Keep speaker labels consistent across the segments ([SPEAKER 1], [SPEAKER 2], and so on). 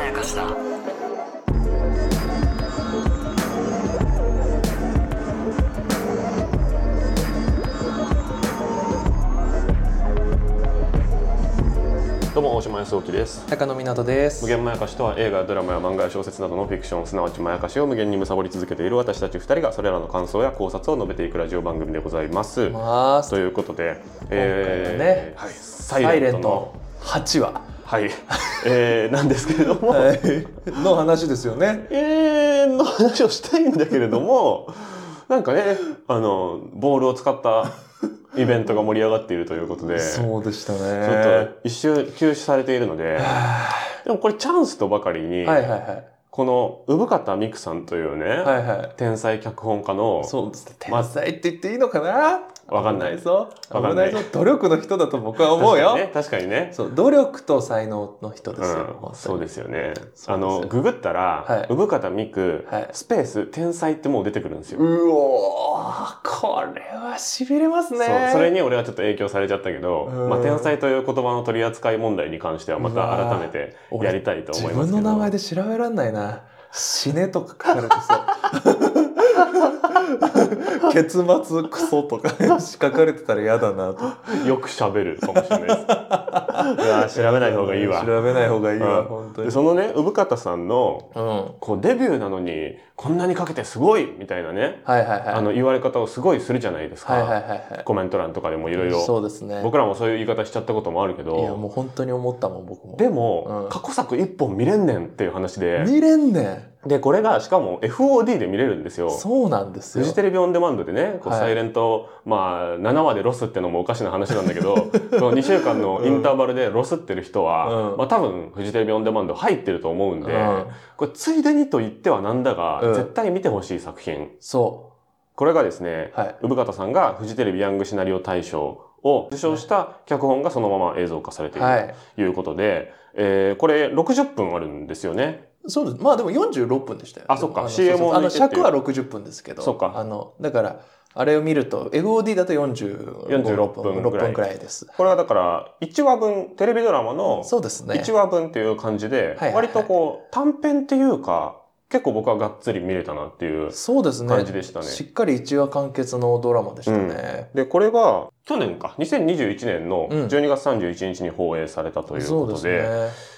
[SPEAKER 1] やかしだ
[SPEAKER 2] どうも大島康之です
[SPEAKER 3] 高野湊です
[SPEAKER 2] 無限まやかしとは映画やドラマや漫画や小説などのフィクションすなわちまやかしを無限に貪り続けている私たち2人がそれらの感想や考察を述べていくラジオ番組でございます。
[SPEAKER 3] ま
[SPEAKER 2] と
[SPEAKER 3] す
[SPEAKER 2] いうことで、
[SPEAKER 3] ね
[SPEAKER 2] はい、サ
[SPEAKER 3] サ
[SPEAKER 2] イ
[SPEAKER 3] イ
[SPEAKER 2] レ
[SPEAKER 3] レ
[SPEAKER 2] ント
[SPEAKER 3] ン
[SPEAKER 2] の
[SPEAKER 3] ト8話
[SPEAKER 2] はい、えー、なんですけれども、
[SPEAKER 3] の話ですよね
[SPEAKER 2] えーの話をしたいんだけれどもなんかねあのボールを使ったイベントが盛り上がっているということで。
[SPEAKER 3] そうでしたね
[SPEAKER 2] ちょっと一周休止されているので、でもこれチャンスとばかりに、
[SPEAKER 3] はいはいはい
[SPEAKER 2] この生方美久さんというね、
[SPEAKER 3] はいはい
[SPEAKER 2] 天才脚本家の
[SPEAKER 3] そうですね
[SPEAKER 2] ま
[SPEAKER 3] 天才って言っていいのかな
[SPEAKER 2] わかんない
[SPEAKER 3] 危ぞ
[SPEAKER 2] わかんない
[SPEAKER 3] 危ないぞ努力の人だと僕は思うよ、
[SPEAKER 2] 確かにね
[SPEAKER 3] そう努力と才能の人で
[SPEAKER 2] 確
[SPEAKER 3] す
[SPEAKER 2] かに
[SPEAKER 3] よ
[SPEAKER 2] ね、、うん、そうですすよね
[SPEAKER 3] すよ
[SPEAKER 2] あのググったら、
[SPEAKER 3] はい
[SPEAKER 2] 生方美久、
[SPEAKER 3] はい
[SPEAKER 2] スペース天才ってもう出てくるんですよ、
[SPEAKER 3] うおーこれはしびれますね
[SPEAKER 2] そうそれに俺はちょっと影響されちゃったけど、
[SPEAKER 3] うん
[SPEAKER 2] まあ、天才という言葉の取り扱い問題に関してはまた改めて
[SPEAKER 3] うわ
[SPEAKER 2] やりたいと思いますけど
[SPEAKER 3] 自分の名前で調べらんないな死ねとか書かれてそう 結末クソとか 書かれてたら嫌だなと
[SPEAKER 2] よく喋るかもしれない ですうわ調べない方がいいわ
[SPEAKER 3] 調べない方がいいわ、
[SPEAKER 2] うん
[SPEAKER 3] 本当
[SPEAKER 2] で
[SPEAKER 3] に
[SPEAKER 2] そのね生方さんの
[SPEAKER 3] うんは
[SPEAKER 2] こうデビューなのにこんなにかけてすごいみたいなね、
[SPEAKER 3] いはいはい
[SPEAKER 2] あの言われ方をすごいするじゃないですか、
[SPEAKER 3] はいはいはい
[SPEAKER 2] コメント欄とかでもい
[SPEAKER 3] は
[SPEAKER 2] ろい
[SPEAKER 3] い
[SPEAKER 2] ろ
[SPEAKER 3] そうですね
[SPEAKER 2] 僕らもそういう言い方しちゃったこともあるけ
[SPEAKER 3] いや
[SPEAKER 2] ど
[SPEAKER 3] もう本当に思ったもん僕も
[SPEAKER 2] でも、
[SPEAKER 3] うん
[SPEAKER 2] 過去作1本見れんねんっていう話で
[SPEAKER 3] 見れんねん
[SPEAKER 2] でこれがしかも FOD で見れるんですよ。
[SPEAKER 3] そうなんです
[SPEAKER 2] フ
[SPEAKER 3] よ
[SPEAKER 2] ジテレビオンデマンドでね、こう
[SPEAKER 3] はい
[SPEAKER 2] サイレント、まあ、7話でロスってのもおかしな話なんだ けど、この2週間のインターバルでロスってる人は、
[SPEAKER 3] うん
[SPEAKER 2] まあ多分フジテレビオンデマンド入ってると思うんで、
[SPEAKER 3] うん
[SPEAKER 2] これついでにと言ってはなんだが、
[SPEAKER 3] うん
[SPEAKER 2] 絶対見てほしい作品。
[SPEAKER 3] そ
[SPEAKER 2] これがですね、
[SPEAKER 3] うはい
[SPEAKER 2] 生方さんがフジテレビヤングシナリオ大賞を受賞した脚本がそのまま映像化されている
[SPEAKER 3] はい
[SPEAKER 2] ということで、えーこれ60分あるんですよね。
[SPEAKER 3] そうです。まあでも46分でしたよ。
[SPEAKER 2] あそっか
[SPEAKER 3] でもの
[SPEAKER 2] CM
[SPEAKER 3] そうそう
[SPEAKER 2] を抜
[SPEAKER 3] あ
[SPEAKER 2] い
[SPEAKER 3] の
[SPEAKER 2] てってい
[SPEAKER 3] 尺
[SPEAKER 2] う
[SPEAKER 3] は60分ですけど。
[SPEAKER 2] そっか
[SPEAKER 3] あの、だから、あれを見ると、FOD だと40
[SPEAKER 2] 46分
[SPEAKER 3] 6分くらいです。
[SPEAKER 2] これはだから1話分、テレビドラマの
[SPEAKER 3] そうですね。
[SPEAKER 2] 1話分っていう感じで、
[SPEAKER 3] はいはいはい
[SPEAKER 2] 割とこう短編っていうか、結構僕はがっつり見れたなっていう。
[SPEAKER 3] そうですね。
[SPEAKER 2] 感じでしたね
[SPEAKER 3] しっかり1話完結のドラマでしたね。
[SPEAKER 2] で、これが去年か、2021年の
[SPEAKER 3] うん
[SPEAKER 2] 12月31日に放映されたという
[SPEAKER 3] そ
[SPEAKER 2] こ
[SPEAKER 3] うで
[SPEAKER 2] と
[SPEAKER 3] す
[SPEAKER 2] で、
[SPEAKER 3] ね。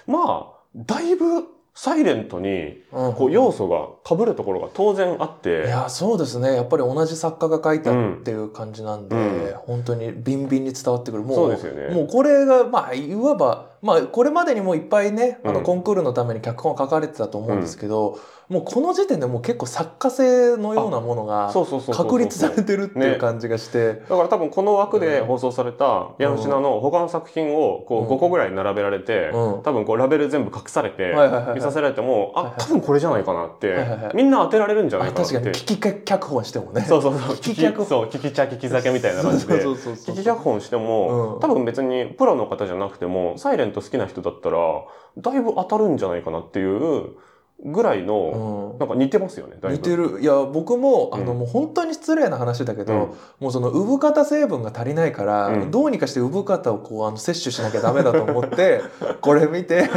[SPEAKER 2] まあ、だいぶサイレントに
[SPEAKER 3] うん
[SPEAKER 2] こう要素が被るところが当然あって、
[SPEAKER 3] いや、そうですね。やっぱり同じ作家が書いた
[SPEAKER 2] うん
[SPEAKER 3] っていう感じなんで、
[SPEAKER 2] うん
[SPEAKER 3] 本当にビンビンに伝わってくる。もう、
[SPEAKER 2] そうですよね。
[SPEAKER 3] もうこれが、まあ、いわば、まあ、これまでにもいっぱいね、あ
[SPEAKER 2] う
[SPEAKER 3] の、
[SPEAKER 2] ん
[SPEAKER 3] コンクールのために脚本は書かれてたと思うんですけど、もうこの時点でもう結構作家性のようなものが
[SPEAKER 2] そうそうそうそう
[SPEAKER 3] 確立されてるってい
[SPEAKER 2] ね
[SPEAKER 3] う感じがし
[SPEAKER 2] だ
[SPEAKER 3] て、
[SPEAKER 2] から多分この枠で放送されたヤンシナの他の作品をこ
[SPEAKER 3] うん
[SPEAKER 2] う5個ぐらい並べられて、
[SPEAKER 3] うん
[SPEAKER 2] 多分こうラベル全部隠されて
[SPEAKER 3] はいはいはいはい
[SPEAKER 2] 見させられても、
[SPEAKER 3] はいは
[SPEAKER 2] あ
[SPEAKER 3] い
[SPEAKER 2] 多分これじゃないかなって、
[SPEAKER 3] はいはいはい
[SPEAKER 2] みんな当てられるんじゃない
[SPEAKER 3] あ
[SPEAKER 2] かなっ
[SPEAKER 3] 確
[SPEAKER 2] て
[SPEAKER 3] かに聞き脚本してもね。
[SPEAKER 2] そうそうそう
[SPEAKER 3] 聞き
[SPEAKER 2] 聞
[SPEAKER 3] 脚
[SPEAKER 2] きそう聞き茶聞き酒みたいな感じで
[SPEAKER 3] そうそうそうそう
[SPEAKER 2] 聞き脚本しても、
[SPEAKER 3] うん
[SPEAKER 2] 多分別にプロの方じゃなくてもサイレント好きな人だったらだいぶ当たるんじゃないかなっていうぐらいの、
[SPEAKER 3] うん
[SPEAKER 2] なんか似てますよねだいぶ
[SPEAKER 3] 似てるいや僕もあの、
[SPEAKER 2] うん
[SPEAKER 3] もう本当に失礼な話だけど、
[SPEAKER 2] うん
[SPEAKER 3] もうその産方成分が足りないから、
[SPEAKER 2] うん
[SPEAKER 3] どうにかして産方をこうあの摂取しなきゃダメだと思って これ見て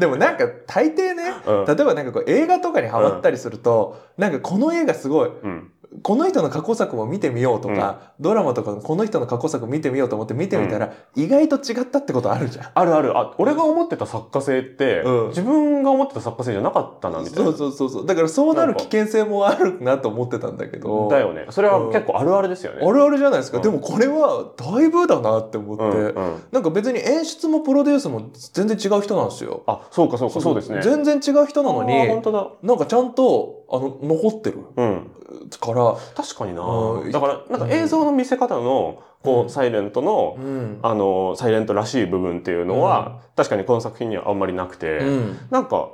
[SPEAKER 3] でもなんか大抵ね
[SPEAKER 2] うん
[SPEAKER 3] 例えばなんかこう映画とかにハマったりすると、なんかこの映画すごい
[SPEAKER 2] うん
[SPEAKER 3] この人の過去作も見てみようとか、ドラマとかのこの人の過去作見てみようと思って見てみたら、意外と違ったってことあるじゃん。
[SPEAKER 2] あるある。あ、俺が思ってた作家性って、
[SPEAKER 3] うん
[SPEAKER 2] 自分が思ってた作家性じゃなかった な、みたい
[SPEAKER 3] そ
[SPEAKER 2] な
[SPEAKER 3] う。そうそうそうだからそうなる危険性もあるなと思ってたんだけど
[SPEAKER 2] だよね。それは結構あるあるですよね。
[SPEAKER 3] あるあるじゃないですか、
[SPEAKER 2] うん
[SPEAKER 3] でもこれはだいぶだなって思って、
[SPEAKER 2] うんうん
[SPEAKER 3] なんか別に演出もプロデュースも全然違う人なんですよ
[SPEAKER 2] あ、そうかそうか、そうですね。
[SPEAKER 3] 全然違う人なの
[SPEAKER 2] あー本
[SPEAKER 3] に
[SPEAKER 2] 当だ。
[SPEAKER 3] なんかちゃんとあの残ってる
[SPEAKER 2] うん。
[SPEAKER 3] から
[SPEAKER 2] 確かにな
[SPEAKER 3] うん
[SPEAKER 2] だから、なんか映像の見せ方の、こ
[SPEAKER 3] う
[SPEAKER 2] う、
[SPEAKER 3] ん
[SPEAKER 2] サイレントの、
[SPEAKER 3] うん
[SPEAKER 2] あの、サイレントらしい部分っていうのは、確かにこの作品にはあんまりなくて、
[SPEAKER 3] うん
[SPEAKER 2] なんか、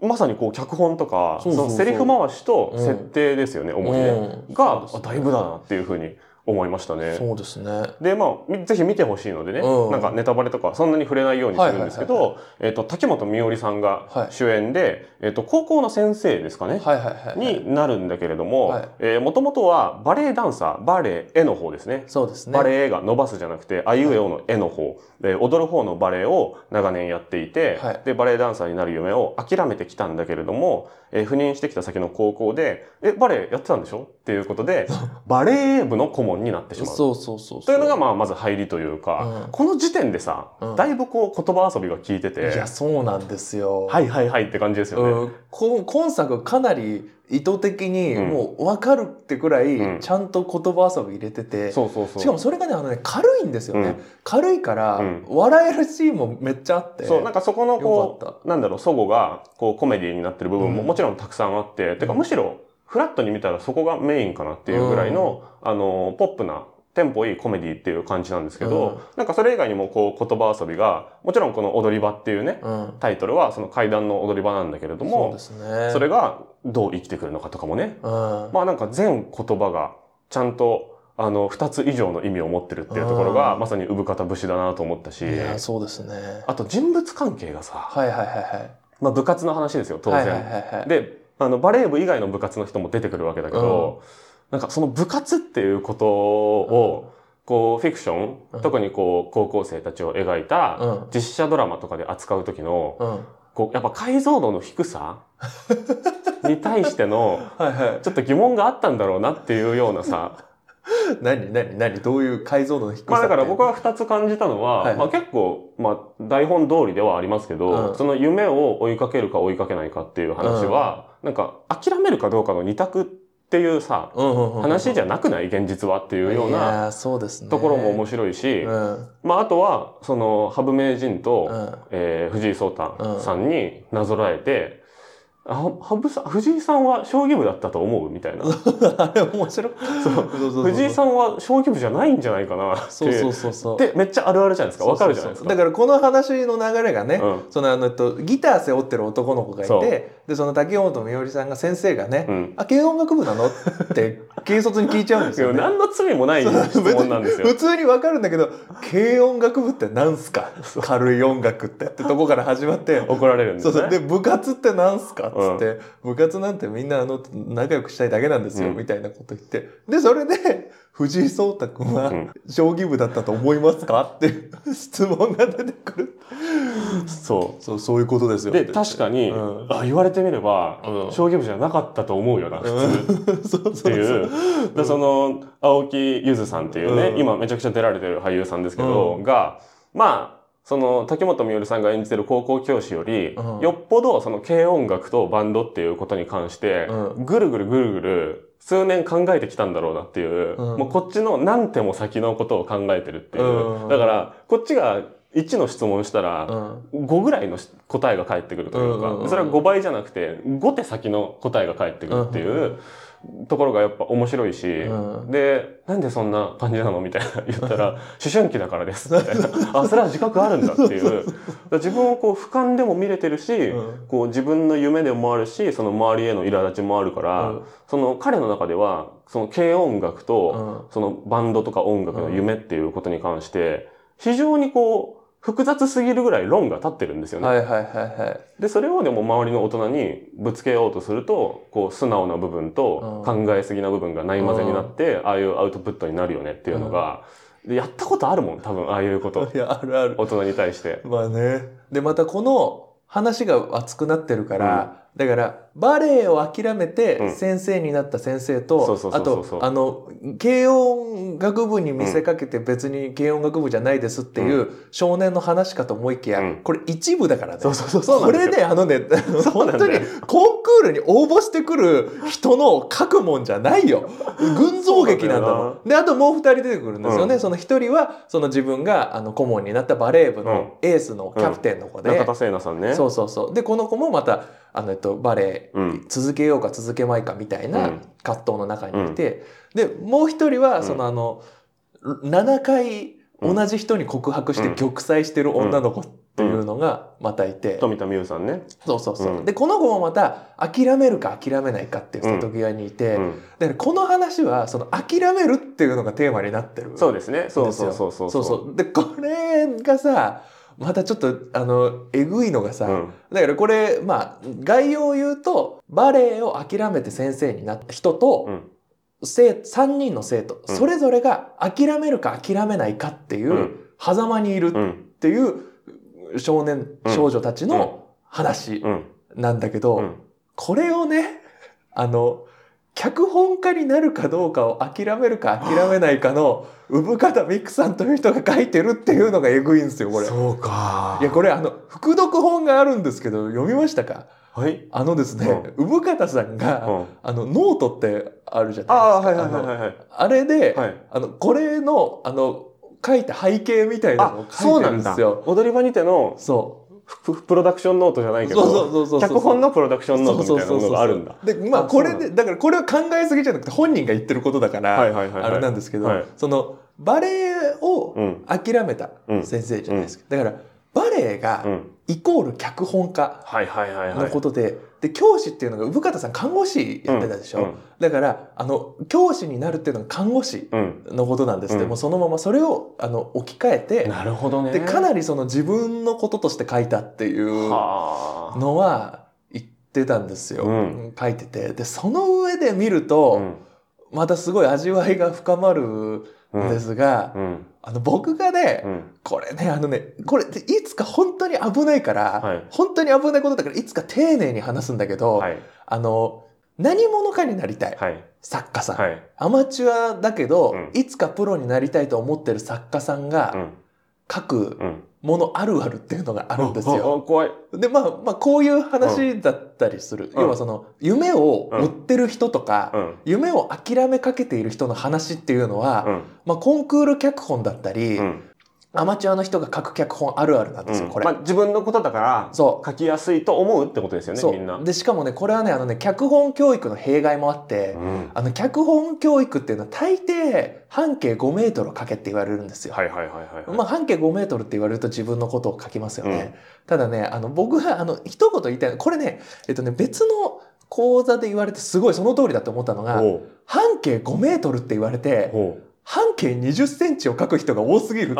[SPEAKER 2] まさにこう、脚本とか、そ
[SPEAKER 3] そうそうそう
[SPEAKER 2] のセリフ回しと設定ですよね、主にね。
[SPEAKER 3] うん
[SPEAKER 2] が、
[SPEAKER 3] そうです
[SPEAKER 2] あだいぶだなっていうふうに思いましたね。
[SPEAKER 3] そうですね。
[SPEAKER 2] でまあみぜひ見てほしいのでね、
[SPEAKER 3] うん
[SPEAKER 2] なんかネタバレとかそんなに触れないようにするんですけ
[SPEAKER 3] はいは
[SPEAKER 2] ど、えっと竹本美織さん
[SPEAKER 3] は
[SPEAKER 2] が
[SPEAKER 3] い
[SPEAKER 2] 主演で、えっと高校の先生ですかね、
[SPEAKER 3] はいはいはい。
[SPEAKER 2] になるんだけれども、
[SPEAKER 3] はい
[SPEAKER 2] えー、もともとはバレエダンサーバレエの方ですね
[SPEAKER 3] そうですね。
[SPEAKER 2] バレエが伸ばすじゃなくて、あいうえおの絵の方、で踊る方のバレエを長年やっていて、
[SPEAKER 3] はい
[SPEAKER 2] で、バレエダンサーになる夢を諦めてきたんだけれども、えー赴任してきた先の高校で、え、バレエやってたんでしょっていうこと で、バレエ部の顧問になってしまう。
[SPEAKER 3] そうそうそうそう。
[SPEAKER 2] というのが、まあ、まず入りというか、
[SPEAKER 3] うん
[SPEAKER 2] この時点でさ、
[SPEAKER 3] うん
[SPEAKER 2] だいぶこう言葉遊びが効いてて、
[SPEAKER 3] いや、そうなんですよ。
[SPEAKER 2] はいはいはいって感じですよね。
[SPEAKER 3] うん、こ今作かなり意図的に
[SPEAKER 2] うん
[SPEAKER 3] もう分かるってくら
[SPEAKER 2] うん
[SPEAKER 3] いちゃんと言葉遊び入れてて、
[SPEAKER 2] そうそうそう。
[SPEAKER 3] しかもそれがねあのね軽いんですよね、
[SPEAKER 2] うん
[SPEAKER 3] 軽いから
[SPEAKER 2] うん
[SPEAKER 3] 笑えるシーンもめっちゃあって、
[SPEAKER 2] そう、なんかそこのこ
[SPEAKER 3] よかっ
[SPEAKER 2] う、なんだろう、祖母が、こう、コメディになってる部分も
[SPEAKER 3] うん
[SPEAKER 2] もちろんたくさんあって、てかむしろ、フラットに見たらそこがメインかなっていうぐらいの、あの、ポップな、テンポいいコメディっていう感じなんですけど、
[SPEAKER 3] うん
[SPEAKER 2] なんかそれ以外にもこう、言葉遊びが、もちろんこの踊り場っていうね、
[SPEAKER 3] うん、
[SPEAKER 2] タイトルはその階段の踊り場なんだけれど
[SPEAKER 3] そう
[SPEAKER 2] も
[SPEAKER 3] で、すね
[SPEAKER 2] それがどう生きてくるのかとかもね、
[SPEAKER 3] うん
[SPEAKER 2] まあなんか全言葉がちゃんと、あの、二つ以上の意味を持ってるっていうところが、
[SPEAKER 3] うん
[SPEAKER 2] まさに産方節だなと思ったし、
[SPEAKER 3] いやそうですね
[SPEAKER 2] あと人物関係がさ、
[SPEAKER 3] はいはいはいはい
[SPEAKER 2] まあ、部活の話ですよ当然、
[SPEAKER 3] はいはいはいはい
[SPEAKER 2] であのバレー部以外の部活の人も出てくるわけだけど、なんかその部活っていうことを、こうフィクション、
[SPEAKER 3] うん
[SPEAKER 2] 特にこう高校生たちを描いた、
[SPEAKER 3] うん
[SPEAKER 2] 実写ドラマとかで扱う時の、
[SPEAKER 3] うん、はい
[SPEAKER 2] こうやっぱ解像度の低さに対しての
[SPEAKER 3] は
[SPEAKER 2] ちょっと疑問があったんだろうなっていうようなさ
[SPEAKER 3] い何何何どういう解像度の低さって
[SPEAKER 2] まあだから僕は2つ感じたのは、
[SPEAKER 3] はい
[SPEAKER 2] まあ、結構、まあ、台本通りではありますけど、
[SPEAKER 3] うん
[SPEAKER 2] その夢を追いかけるか追いかけないかっていう話は、なんか諦めるかどうかの二択っていうさ、
[SPEAKER 3] うんうんうんうん
[SPEAKER 2] 話じゃなくない現実はっていうよう
[SPEAKER 3] い
[SPEAKER 2] な
[SPEAKER 3] やそうですね
[SPEAKER 2] ところも面
[SPEAKER 3] 白
[SPEAKER 2] 白いし、
[SPEAKER 3] うん
[SPEAKER 2] まああとはその羽生名人と、
[SPEAKER 3] うん
[SPEAKER 2] えー藤井聡太さんになぞらえて、あ羽生さん藤井さんは将棋部だったと思うみたいな
[SPEAKER 3] あれ面白い。そう
[SPEAKER 2] 藤井さ
[SPEAKER 3] ん
[SPEAKER 2] んは将棋部じゃないんじゃないかなって
[SPEAKER 3] そうそうそうそう。
[SPEAKER 2] でめっちゃあるあるじゃないですかわかるじゃないですか
[SPEAKER 3] だからこの話の流れがね、
[SPEAKER 2] うん
[SPEAKER 3] そのあのえっとギター背負ってる男の子がい
[SPEAKER 2] そう
[SPEAKER 3] て、でその竹本美織さんが先生がね、
[SPEAKER 2] うん
[SPEAKER 3] あ軽音楽部なのって軽率に聞いちゃうんですよ、ね。
[SPEAKER 2] 何の罪もない質問なんですよ
[SPEAKER 3] 普。通にわかるんだけど軽音楽部ってなんすか軽い音楽ってってとこから始まって
[SPEAKER 2] 怒られるんです
[SPEAKER 3] そ
[SPEAKER 2] ね。
[SPEAKER 3] うそうで部活ってなんすかっつって、部活なんてみんなあの仲良くしたいだけなんですよ、
[SPEAKER 2] うん
[SPEAKER 3] みたいなこと言ってでそれで藤井聡太君は
[SPEAKER 2] うん
[SPEAKER 3] 将棋部だったと思いますかっていう質問が出てくる
[SPEAKER 2] そ
[SPEAKER 3] そうそういうことです
[SPEAKER 2] う
[SPEAKER 3] よ
[SPEAKER 2] で確かに、
[SPEAKER 3] うん
[SPEAKER 2] あ言われてみれば、
[SPEAKER 3] うん
[SPEAKER 2] 将棋部じゃなかったと思うよな普通
[SPEAKER 3] に そ
[SPEAKER 2] って
[SPEAKER 3] うそう
[SPEAKER 2] い
[SPEAKER 3] そう
[SPEAKER 2] う。でその青木ゆずさんっていうね、
[SPEAKER 3] うん
[SPEAKER 2] 今めちゃくちゃ出られてる俳優さんですけど、
[SPEAKER 3] う
[SPEAKER 2] がまあその竹本美織さんが演じてる高校教師より、
[SPEAKER 3] うん
[SPEAKER 2] よっぽどその軽音楽とバンドっていうことに関して、
[SPEAKER 3] う
[SPEAKER 2] ぐるぐるぐるぐる数年考えてきたんだろうなっていう、
[SPEAKER 3] うん
[SPEAKER 2] もうこっちの何手も先のことを考えてるっていう、
[SPEAKER 3] うん
[SPEAKER 2] だからこっちが1の質問したら、
[SPEAKER 3] うん
[SPEAKER 2] 5ぐらいのし答えが返ってくるというか、
[SPEAKER 3] うんうんうん
[SPEAKER 2] それは5倍じゃなくて5手先の答えが返ってくるっていうところがやっぱ面白いし、
[SPEAKER 3] うん
[SPEAKER 2] でなんでそんな感じなのみたいな言ったら思春期だからです みたいなあそれは自覚あるんだっていうだから自分をこう俯瞰でも見れてるし、
[SPEAKER 3] うん
[SPEAKER 2] こう自分の夢でもあるしその周りへの苛立ちもあるから、
[SPEAKER 3] うん
[SPEAKER 2] その彼の中ではその軽音楽と、
[SPEAKER 3] うん
[SPEAKER 2] そのバンドとか音楽の夢っていうことに関して、非常にこう、複雑すぎるぐらい論が立ってるんですよね。
[SPEAKER 3] はいはいはいはい
[SPEAKER 2] で、それをでも周りの大人にぶつけようとすると、こう、素直な部分と
[SPEAKER 3] う
[SPEAKER 2] 考えすぎな部分がない混ぜになって、ああいうアウトプットになるよねっていうのが、でやったことあるもん、多分、ああいうこと。
[SPEAKER 3] いやあるある
[SPEAKER 2] 大人に対して。
[SPEAKER 3] まあね。で、またこの話が熱くなってるから、だから、バレエを諦め
[SPEAKER 2] うん
[SPEAKER 3] て先生になった先生
[SPEAKER 2] そう
[SPEAKER 3] と
[SPEAKER 2] そう、そ
[SPEAKER 3] あ
[SPEAKER 2] うそうそ
[SPEAKER 3] と
[SPEAKER 2] う、
[SPEAKER 3] あの、軽音楽部に見せかけて別に軽音楽部じゃないですっていう少年の話かと思いきや
[SPEAKER 2] うん、
[SPEAKER 3] これ一部だからね。
[SPEAKER 2] そうそうそうそうな
[SPEAKER 3] こ
[SPEAKER 2] んですよ
[SPEAKER 3] れね、あのね、
[SPEAKER 2] そうな
[SPEAKER 3] 本
[SPEAKER 2] んだ
[SPEAKER 3] 当
[SPEAKER 2] よ
[SPEAKER 3] にコンクールに応募してくる人の書くもんじゃないよ。群像劇なんだ
[SPEAKER 2] そうなんだ
[SPEAKER 3] もん。で、あともう二人出てくるんですよね。
[SPEAKER 2] うん
[SPEAKER 3] その一人は、その自分があの顧問になったバレー部のエースのキャプテンの子で、
[SPEAKER 2] 中田聖奈さんね。
[SPEAKER 3] そうそうそう。で、この子もまた、あの、えっと、バレ
[SPEAKER 2] う
[SPEAKER 3] ー
[SPEAKER 2] ん。
[SPEAKER 3] 続けようか続けまいかみたいな
[SPEAKER 2] うん
[SPEAKER 3] 葛藤の中にいて、で、もう一人は、そのあの、7回
[SPEAKER 2] うん
[SPEAKER 3] 同じ人に告白して
[SPEAKER 2] うん
[SPEAKER 3] 玉砕してる女の子っていうのがまたいて、
[SPEAKER 2] 富田美優さんね。
[SPEAKER 3] そうそうそう、
[SPEAKER 2] うん
[SPEAKER 3] でこの子もまた諦めるか諦めないかっていう
[SPEAKER 2] うん
[SPEAKER 3] 瀬戸際にいて、
[SPEAKER 2] うん
[SPEAKER 3] だからこの話はその諦めるっていうのがテーマになってる
[SPEAKER 2] そうですね。そうそうそうそう。
[SPEAKER 3] そうそうでこれがさまたちょっとあのえぐいのがさ、
[SPEAKER 2] うん
[SPEAKER 3] だからこれまあ概要を言うとバレエを諦めて先生になった人
[SPEAKER 2] う
[SPEAKER 3] と、
[SPEAKER 2] ん
[SPEAKER 3] 生3人の生徒、
[SPEAKER 2] うん
[SPEAKER 3] それぞれが諦めるか諦めないかっていう、
[SPEAKER 2] うん
[SPEAKER 3] 狭間にいる
[SPEAKER 2] う
[SPEAKER 3] っ
[SPEAKER 2] ん
[SPEAKER 3] ていう少年、
[SPEAKER 2] うん
[SPEAKER 3] 少女たちの話
[SPEAKER 2] うん
[SPEAKER 3] なんだけど、
[SPEAKER 2] うん
[SPEAKER 3] これをねあの脚本家になるかどうかを諦めるか諦めないかの産方美久さんという人が書いてるっていうのがえぐいんですよこれ。
[SPEAKER 2] そうか
[SPEAKER 3] いやこれあの副読本があるんですけど読みましたか
[SPEAKER 2] はい。
[SPEAKER 3] あのですね、産方さんが、
[SPEAKER 2] うん
[SPEAKER 3] あのノートってあるじゃ
[SPEAKER 2] あ
[SPEAKER 3] な
[SPEAKER 2] あはい
[SPEAKER 3] いですか。
[SPEAKER 2] はいはいはいはい。
[SPEAKER 3] あのあれで、
[SPEAKER 2] はい。
[SPEAKER 3] あのこれのあの書いた背景みたいなの
[SPEAKER 2] あ
[SPEAKER 3] を、書
[SPEAKER 2] そ
[SPEAKER 3] いうて
[SPEAKER 2] な
[SPEAKER 3] るん
[SPEAKER 2] ん
[SPEAKER 3] で
[SPEAKER 2] だ。
[SPEAKER 3] すよ。
[SPEAKER 2] 踊り場にての
[SPEAKER 3] そう
[SPEAKER 2] ふプロダクションノートじゃないけど、
[SPEAKER 3] そうそうそうそうそう
[SPEAKER 2] 脚本のプロダクションノートみたいなものがあるんだ。
[SPEAKER 3] でまあ
[SPEAKER 2] あそ
[SPEAKER 3] こ
[SPEAKER 2] うな
[SPEAKER 3] れ
[SPEAKER 2] んだ
[SPEAKER 3] でだからこれは考えすぎじゃなくて本人が言ってることだから、
[SPEAKER 2] はいはいはいはい。
[SPEAKER 3] あれなんですけど、
[SPEAKER 2] はい
[SPEAKER 3] そのバレエを
[SPEAKER 2] うん
[SPEAKER 3] 諦めた
[SPEAKER 2] うん
[SPEAKER 3] 先生じゃないですか、だからバレエ
[SPEAKER 2] う
[SPEAKER 3] が
[SPEAKER 2] ん。
[SPEAKER 3] イコール脚本家
[SPEAKER 2] はいはいはいはい。
[SPEAKER 3] のことで,、で教師っていうのが生方さん看護師やってたでしょ、だからあの教師になるっていうのが看護師
[SPEAKER 2] うん。うん。
[SPEAKER 3] のことなんですって、
[SPEAKER 2] うん
[SPEAKER 3] もうそのままそれをあの置き換えて、
[SPEAKER 2] なるほどね。
[SPEAKER 3] でかなりその自分のこととして書いたっていう
[SPEAKER 2] はあ。
[SPEAKER 3] のは言ってたんですよ、
[SPEAKER 2] うん
[SPEAKER 3] 書いててでその上で見ると、またすごい味わいが深まるん
[SPEAKER 2] うん
[SPEAKER 3] ですが、
[SPEAKER 2] うん
[SPEAKER 3] あの僕がね、
[SPEAKER 2] うん
[SPEAKER 3] これねあのねこれいつか本当に危ないから、
[SPEAKER 2] はい
[SPEAKER 3] 本当に危ないことだからいつか丁寧に話すんだけど、
[SPEAKER 2] はい
[SPEAKER 3] あの何者かになりたい、
[SPEAKER 2] はい
[SPEAKER 3] 作家さん、
[SPEAKER 2] はい
[SPEAKER 3] アマチュアだけど、
[SPEAKER 2] うん
[SPEAKER 3] いつかプロになりたいと思ってる作家さん
[SPEAKER 2] う
[SPEAKER 3] が
[SPEAKER 2] ん
[SPEAKER 3] 書く
[SPEAKER 2] うん
[SPEAKER 3] ものあるあるっていうのがあるんですよ。
[SPEAKER 2] ああ怖い
[SPEAKER 3] で、まあ、まあ、こういう話だったりする。
[SPEAKER 2] うん
[SPEAKER 3] 要はその、夢を追ってる人とか、
[SPEAKER 2] うん
[SPEAKER 3] 夢を諦めかけている人の話っていうのは、
[SPEAKER 2] うん
[SPEAKER 3] まあ、コンクール脚本だったり、
[SPEAKER 2] うん
[SPEAKER 3] アマチュアの人が書く脚本あるあるなんですよ、
[SPEAKER 2] うん
[SPEAKER 3] これ。
[SPEAKER 2] まあ自分のことだから
[SPEAKER 3] そ
[SPEAKER 2] 書きやすいと思うってことですよ
[SPEAKER 3] う。
[SPEAKER 2] ね
[SPEAKER 3] そ
[SPEAKER 2] みんな
[SPEAKER 3] う。で、しかもね、これはね、あのね、脚本教育の弊害もあって、
[SPEAKER 2] うん
[SPEAKER 3] あの、脚本教育っていうのは大抵、半径5メートルを書けって言われるんですよ。
[SPEAKER 2] はいはいはいはいはい
[SPEAKER 3] まあ、半径5メートルって言われると自分のことを書きますよね。
[SPEAKER 2] う
[SPEAKER 3] ただね、あの、僕が、あの、一言言いたいのこれね、えっとね、別の講座で言われてすごいその通りだと思ったのが、
[SPEAKER 2] ほう
[SPEAKER 3] 半径5メートルって言われて、
[SPEAKER 2] ほう
[SPEAKER 3] 半径20センチを書く人が多すぎるってい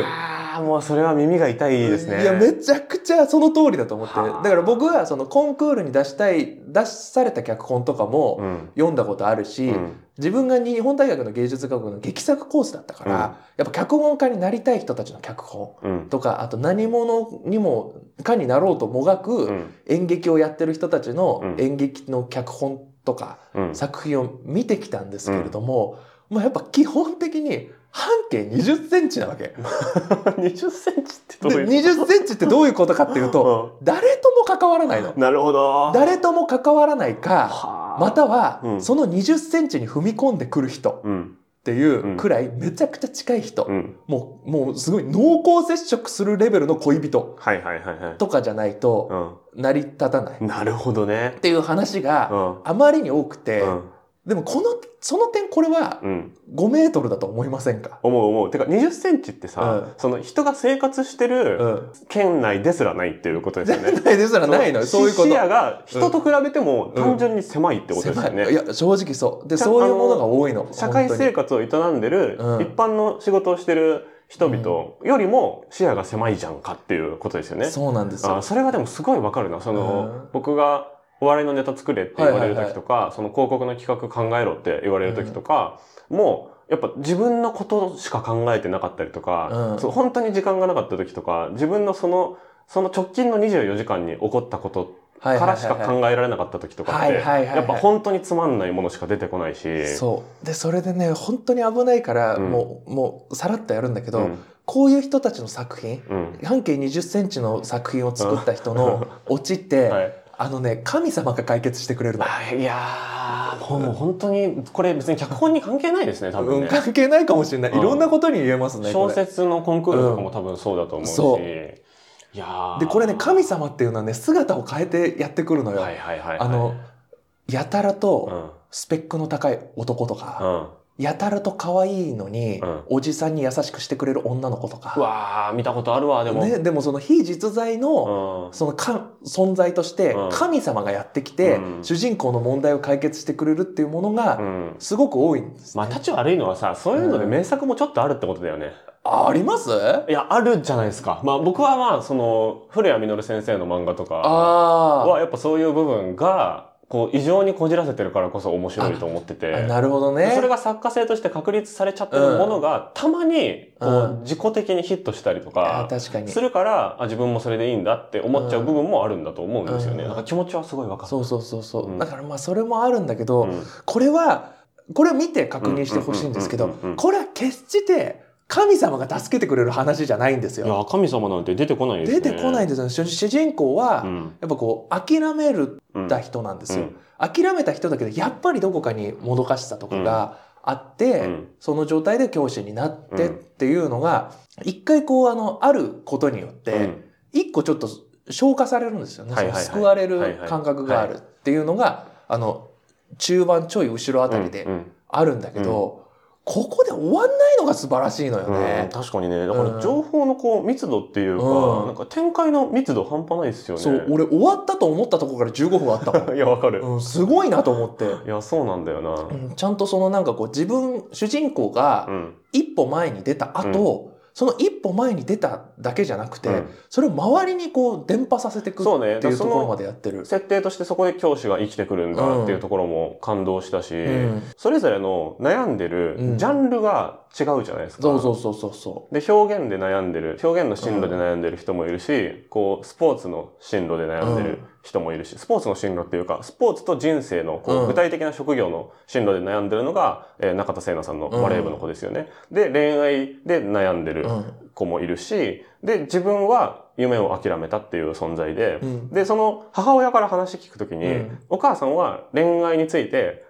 [SPEAKER 3] う。
[SPEAKER 2] ああもうそれは耳が痛いですね
[SPEAKER 3] いや、めちゃくちゃその通りだと思って。だ
[SPEAKER 2] はあ
[SPEAKER 3] から僕はそのコンクールに出したい、出された脚本とかも、
[SPEAKER 2] うん
[SPEAKER 3] 読んだことあるし、
[SPEAKER 2] うん
[SPEAKER 3] 自分が日本大学の芸術学部の劇作コースだったから、
[SPEAKER 2] うん
[SPEAKER 3] やっぱ脚本家になりたい人たちの脚本
[SPEAKER 2] うん
[SPEAKER 3] とか、あと何者にもかになろうともが
[SPEAKER 2] う
[SPEAKER 3] く
[SPEAKER 2] ん
[SPEAKER 3] 演劇をやってる人たち
[SPEAKER 2] う
[SPEAKER 3] の
[SPEAKER 2] ん
[SPEAKER 3] 演劇の脚本とか
[SPEAKER 2] うん
[SPEAKER 3] 作品を見てきたんですけれども、もうやっぱ基本的に半径20センチなわけ。で、
[SPEAKER 2] 20センチってどういう
[SPEAKER 3] 20センチってどういうことかっていうと、
[SPEAKER 2] こ
[SPEAKER 3] 誰とも関わらないの
[SPEAKER 2] と。なるほど
[SPEAKER 3] 誰とも関わらないか、
[SPEAKER 2] はあ
[SPEAKER 3] または
[SPEAKER 2] う、ん
[SPEAKER 3] その20センチに踏み込んでくる人
[SPEAKER 2] うん
[SPEAKER 3] っていうくらいめちゃくちゃ近い人
[SPEAKER 2] う。ん
[SPEAKER 3] もう、もうすごい濃厚接触するレベルの恋人
[SPEAKER 2] はいはいはいはい
[SPEAKER 3] とかじゃないと、
[SPEAKER 2] う
[SPEAKER 3] 成り立たないっ
[SPEAKER 2] んなるほどね
[SPEAKER 3] ていう話
[SPEAKER 2] う
[SPEAKER 3] が
[SPEAKER 2] ん
[SPEAKER 3] あまりに多くて、
[SPEAKER 2] うん
[SPEAKER 3] でもこのその点これは
[SPEAKER 2] うん
[SPEAKER 3] 5メートルだと思いませんか、
[SPEAKER 2] 思う思う。てか20センチってさ、その人が生活して
[SPEAKER 3] う
[SPEAKER 2] る
[SPEAKER 3] ん、
[SPEAKER 2] 県内ですらないっていうことですよ ね。
[SPEAKER 3] ないですらないのよそういうこ
[SPEAKER 2] 視
[SPEAKER 3] と。
[SPEAKER 2] 野が人と比べても
[SPEAKER 3] うん
[SPEAKER 2] 単純に狭いってことですよ
[SPEAKER 3] 狭
[SPEAKER 2] ね。
[SPEAKER 3] いいや正直そうで
[SPEAKER 2] ちゃ
[SPEAKER 3] そういうものが多いの
[SPEAKER 2] 社会生
[SPEAKER 3] 活
[SPEAKER 2] 活を営んでる、
[SPEAKER 3] うん
[SPEAKER 2] 一般の仕事をしてる人々よりも視野が狭いじゃんかっていうことですよね。
[SPEAKER 3] そうなんです
[SPEAKER 2] あ
[SPEAKER 3] よ
[SPEAKER 2] それがでもすごいわかるな。その、
[SPEAKER 3] うん
[SPEAKER 2] 僕がお笑いのネタ作れって言われる時とか、その広告の企画考えろって言われる時とか、もう、やっぱ自分のことしか考えてなかったりとか、
[SPEAKER 3] うん
[SPEAKER 2] そう本当に時間がなかった時とか、自分のその、その直近の24時間に起こったこと
[SPEAKER 3] か
[SPEAKER 2] からしか考えられなかった時とかっ
[SPEAKER 3] はい
[SPEAKER 2] て、
[SPEAKER 3] はいはいはい
[SPEAKER 2] やっぱ本当につまんないものしか出てこないし、
[SPEAKER 3] そうでそれでね本当に危ないから、
[SPEAKER 2] うん
[SPEAKER 3] もうもうさらっとやるんだけ
[SPEAKER 2] う
[SPEAKER 3] ど、
[SPEAKER 2] ん
[SPEAKER 3] こういう人たちの作品
[SPEAKER 2] うん。
[SPEAKER 3] 半径20センチの作品を作った人のオチっ て、
[SPEAKER 2] はい
[SPEAKER 3] あのね神様が解決してくれるの。
[SPEAKER 2] あいやー、もう本当に、これ別に脚本に関係ないですね、多分
[SPEAKER 3] う
[SPEAKER 2] ね
[SPEAKER 3] ん、。関係ないかもしれない、
[SPEAKER 2] うん
[SPEAKER 3] いろんなことに言えますねこ
[SPEAKER 2] 小
[SPEAKER 3] れ
[SPEAKER 2] 説のコンクールとかも多分そうだと思うし、
[SPEAKER 3] そう
[SPEAKER 2] いやー
[SPEAKER 3] でこれね神様っていうのはね姿を変えてやってくるのよ、
[SPEAKER 2] はいはいはいはい
[SPEAKER 3] あのやたら
[SPEAKER 2] う
[SPEAKER 3] と
[SPEAKER 2] ん
[SPEAKER 3] スペックの高い男と
[SPEAKER 2] う
[SPEAKER 3] か、
[SPEAKER 2] ん
[SPEAKER 3] やたらと可愛いのに、
[SPEAKER 2] うん
[SPEAKER 3] おじさんに優しくしてくれる女の子とか。
[SPEAKER 2] うわー見たことあるわでも、
[SPEAKER 3] ね、でもその非実在
[SPEAKER 2] う
[SPEAKER 3] の、
[SPEAKER 2] ん、
[SPEAKER 3] そのか存在として
[SPEAKER 2] うん
[SPEAKER 3] 神様がやってきて、
[SPEAKER 2] うん
[SPEAKER 3] 主人公の問題を解決してくれるっていうものが、
[SPEAKER 2] うん
[SPEAKER 3] すごく多いんです、
[SPEAKER 2] ま
[SPEAKER 3] ね
[SPEAKER 2] あ、たち悪いのはさ、そういうので
[SPEAKER 3] うん
[SPEAKER 2] 名作もちょっとあるってことだよね。
[SPEAKER 3] ああります
[SPEAKER 2] いや、あるじゃないですか。まあ、僕はまあ、その、古谷実先生の漫画とか
[SPEAKER 3] あ
[SPEAKER 2] は、やっぱそういう部分が、こう、異常にこじらせてるからこそ面白いと思って
[SPEAKER 3] ーあ
[SPEAKER 2] て。
[SPEAKER 3] なるほどね
[SPEAKER 2] それが作家性として確立されちゃってるものが、たまに、こ
[SPEAKER 3] う
[SPEAKER 2] う、自己的にヒットしたりと
[SPEAKER 3] あー
[SPEAKER 2] か、
[SPEAKER 3] 確かに
[SPEAKER 2] するから、あ、自分もそれでいいんだって思っちゃう部分もあるんだと思うんですよね。
[SPEAKER 3] うん
[SPEAKER 2] なんか気持ちはすごいわかる。
[SPEAKER 3] そうそうそうそう、
[SPEAKER 2] うん
[SPEAKER 3] だからまあそれもあるんだけど、
[SPEAKER 2] うん
[SPEAKER 3] これはこれを見て確認してほしいんですけ
[SPEAKER 2] うんう
[SPEAKER 3] ど
[SPEAKER 2] んうんうんうん
[SPEAKER 3] これは決して神様が助けてくれる話じゃないんです
[SPEAKER 2] い
[SPEAKER 3] よ。
[SPEAKER 2] や、神様なんて出てこないですね。
[SPEAKER 3] 出てこないん
[SPEAKER 2] で
[SPEAKER 3] ですよ主主人公は、
[SPEAKER 2] うん。
[SPEAKER 3] やっぱこう諦める
[SPEAKER 2] うん
[SPEAKER 3] た人なんですよ、
[SPEAKER 2] うん
[SPEAKER 3] 諦めた人だけどやっぱりどこかにもどかしさとかがあって、
[SPEAKER 2] うん
[SPEAKER 3] その状態で教師になってっ
[SPEAKER 2] うん
[SPEAKER 3] ていうのが一回こうあのあることによっ
[SPEAKER 2] う
[SPEAKER 3] て
[SPEAKER 2] ん
[SPEAKER 3] 一個ちょっと消化されるんですよね、
[SPEAKER 2] はいはいはい
[SPEAKER 3] その救われ
[SPEAKER 2] はいは
[SPEAKER 3] る
[SPEAKER 2] い
[SPEAKER 3] 感覚があるっていうのが、あの中盤ちょい後ろあたりで
[SPEAKER 2] うんうん
[SPEAKER 3] あるんだけど、ここで終わんないのが素晴らしいのよ
[SPEAKER 2] うん
[SPEAKER 3] ね。
[SPEAKER 2] 確かにねだか
[SPEAKER 3] うん
[SPEAKER 2] ら情報のこう密度っていうか、
[SPEAKER 3] うん
[SPEAKER 2] なんか展開の密度半端ないですよね
[SPEAKER 3] そう俺終わったと思ったとこから15分あったもん
[SPEAKER 2] いやわかる、
[SPEAKER 3] うん、すごいなと思って、
[SPEAKER 2] いやそうなんだよ
[SPEAKER 3] う、
[SPEAKER 2] なん
[SPEAKER 3] ちゃんとそのなんかこう自分主人公が
[SPEAKER 2] うん
[SPEAKER 3] 一歩前に出た後、その一歩前に出ただけじゃなくて、
[SPEAKER 2] うん
[SPEAKER 3] それを周りにこう伝播させてく
[SPEAKER 2] そうね
[SPEAKER 3] ってい
[SPEAKER 2] だか
[SPEAKER 3] う
[SPEAKER 2] らそ
[SPEAKER 3] と
[SPEAKER 2] の
[SPEAKER 3] ころまでやってる。
[SPEAKER 2] 設定としてそこで教師が生きてくるんだっていうところも感動したし、
[SPEAKER 3] うん
[SPEAKER 2] それぞれの悩んで
[SPEAKER 3] うん
[SPEAKER 2] るジャンルが違うじゃないですか、
[SPEAKER 3] そうそうそうそうそ
[SPEAKER 2] で表現で悩んでる表現の進路で悩んでる人もいるし、こうスポーツの進路で悩んでる人もいるし、スポーツの進路っていうかスポーツと人生のこう、
[SPEAKER 3] うん
[SPEAKER 2] 具体的な職業の進路で悩んでるのが、えー中田聖奈さんのバレー部の子ですよね。で恋愛で悩んで
[SPEAKER 3] う。
[SPEAKER 2] る
[SPEAKER 3] うん
[SPEAKER 2] 子もいるしで自分は夢を諦めたっていう存在で、
[SPEAKER 3] うん
[SPEAKER 2] でその母親から話聞くときに、
[SPEAKER 3] うん
[SPEAKER 2] お母さんは恋愛について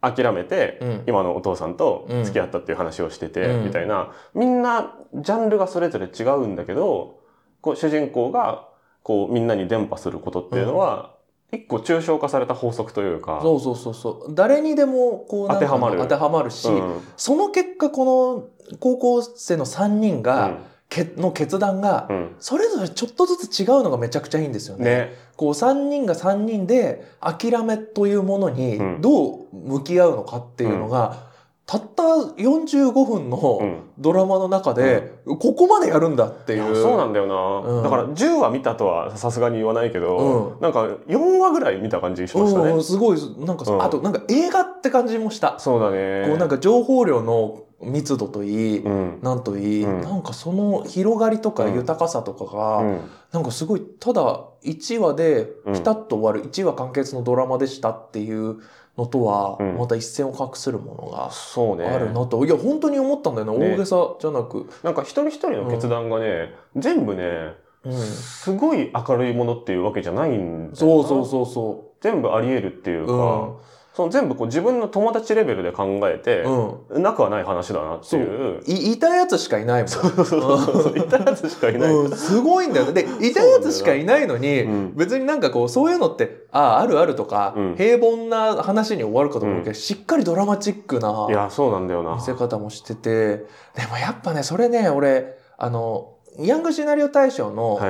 [SPEAKER 2] 諦めて、
[SPEAKER 3] うん
[SPEAKER 2] 今のお父さんと付き合ったっていう話をしてて、
[SPEAKER 3] うん
[SPEAKER 2] みたいなみんなジャンルがそれぞれ違うんだけどこう主人公がこうみんなに伝播することっていうのは、一個抽象化された法則というか
[SPEAKER 3] そうそうそうそう誰にでもこうなんか
[SPEAKER 2] 当てはまる
[SPEAKER 3] 当てはまるし、
[SPEAKER 2] うん
[SPEAKER 3] その結果この高校生の3人が、けの決断が
[SPEAKER 2] うんうん
[SPEAKER 3] それぞれちょっとずつ違うのがめちゃくちゃいいんですよね。
[SPEAKER 2] ね
[SPEAKER 3] こう3人が3人で諦めというものに
[SPEAKER 2] うん
[SPEAKER 3] どう向き合うのかっていうのが、たった45分
[SPEAKER 2] う
[SPEAKER 3] の
[SPEAKER 2] ん
[SPEAKER 3] ドラマの中で、ここまでやるんだって
[SPEAKER 2] い
[SPEAKER 3] い
[SPEAKER 2] や
[SPEAKER 3] う。
[SPEAKER 2] そうなんだよな、
[SPEAKER 3] うん
[SPEAKER 2] だから10話見たとはさすがに言わないけど、
[SPEAKER 3] う
[SPEAKER 2] なんか4話ぐらい見た感じしましたね、
[SPEAKER 3] うんすごいなんか、
[SPEAKER 2] うん
[SPEAKER 3] あとなんか映画って感じもした、
[SPEAKER 2] そうだね
[SPEAKER 3] こうなんか情報量の密度といい、
[SPEAKER 2] うん
[SPEAKER 3] なんといい、
[SPEAKER 2] うん
[SPEAKER 3] なんかその広がりとか
[SPEAKER 2] うん
[SPEAKER 3] 豊かさとかが、
[SPEAKER 2] うん
[SPEAKER 3] なんかすごいただ1話で
[SPEAKER 2] うん
[SPEAKER 3] ピタッと終わる1話完結のドラマでしたっていうのとは
[SPEAKER 2] うん
[SPEAKER 3] また一線を画するものが
[SPEAKER 2] そうね
[SPEAKER 3] あるなと、いや本当に思ったんだよね
[SPEAKER 2] ね
[SPEAKER 3] 大げさじゃなく、
[SPEAKER 2] なんか一人一人の決断がね、全部ね
[SPEAKER 3] うん
[SPEAKER 2] すごい明るいものっていうわけじゃないんだよな
[SPEAKER 3] そうそうそうそ
[SPEAKER 2] 全部あり得るっていうか、
[SPEAKER 3] うん
[SPEAKER 2] その全部こう自分の友達レベルで考えて
[SPEAKER 3] う、、うん、
[SPEAKER 2] なくはない話だなっていう。
[SPEAKER 3] い言いたいやつしかいないもん
[SPEAKER 2] そうそうそうそう。いたやつしかいない。
[SPEAKER 3] うん、すごいんだよね。で、いたやつしかいないのに、
[SPEAKER 2] うん
[SPEAKER 3] 別になんかこう、そういうのって、ああ、あるあるとか、
[SPEAKER 2] うん
[SPEAKER 3] 平凡な話に終わるかと思うけど、
[SPEAKER 2] う
[SPEAKER 3] しっかりドラマチックない
[SPEAKER 2] や、そうなんだよな
[SPEAKER 3] 見。せ方もしてて、でもやっぱね、それね、俺、あの、ヤングシナリオ大賞
[SPEAKER 2] は
[SPEAKER 3] の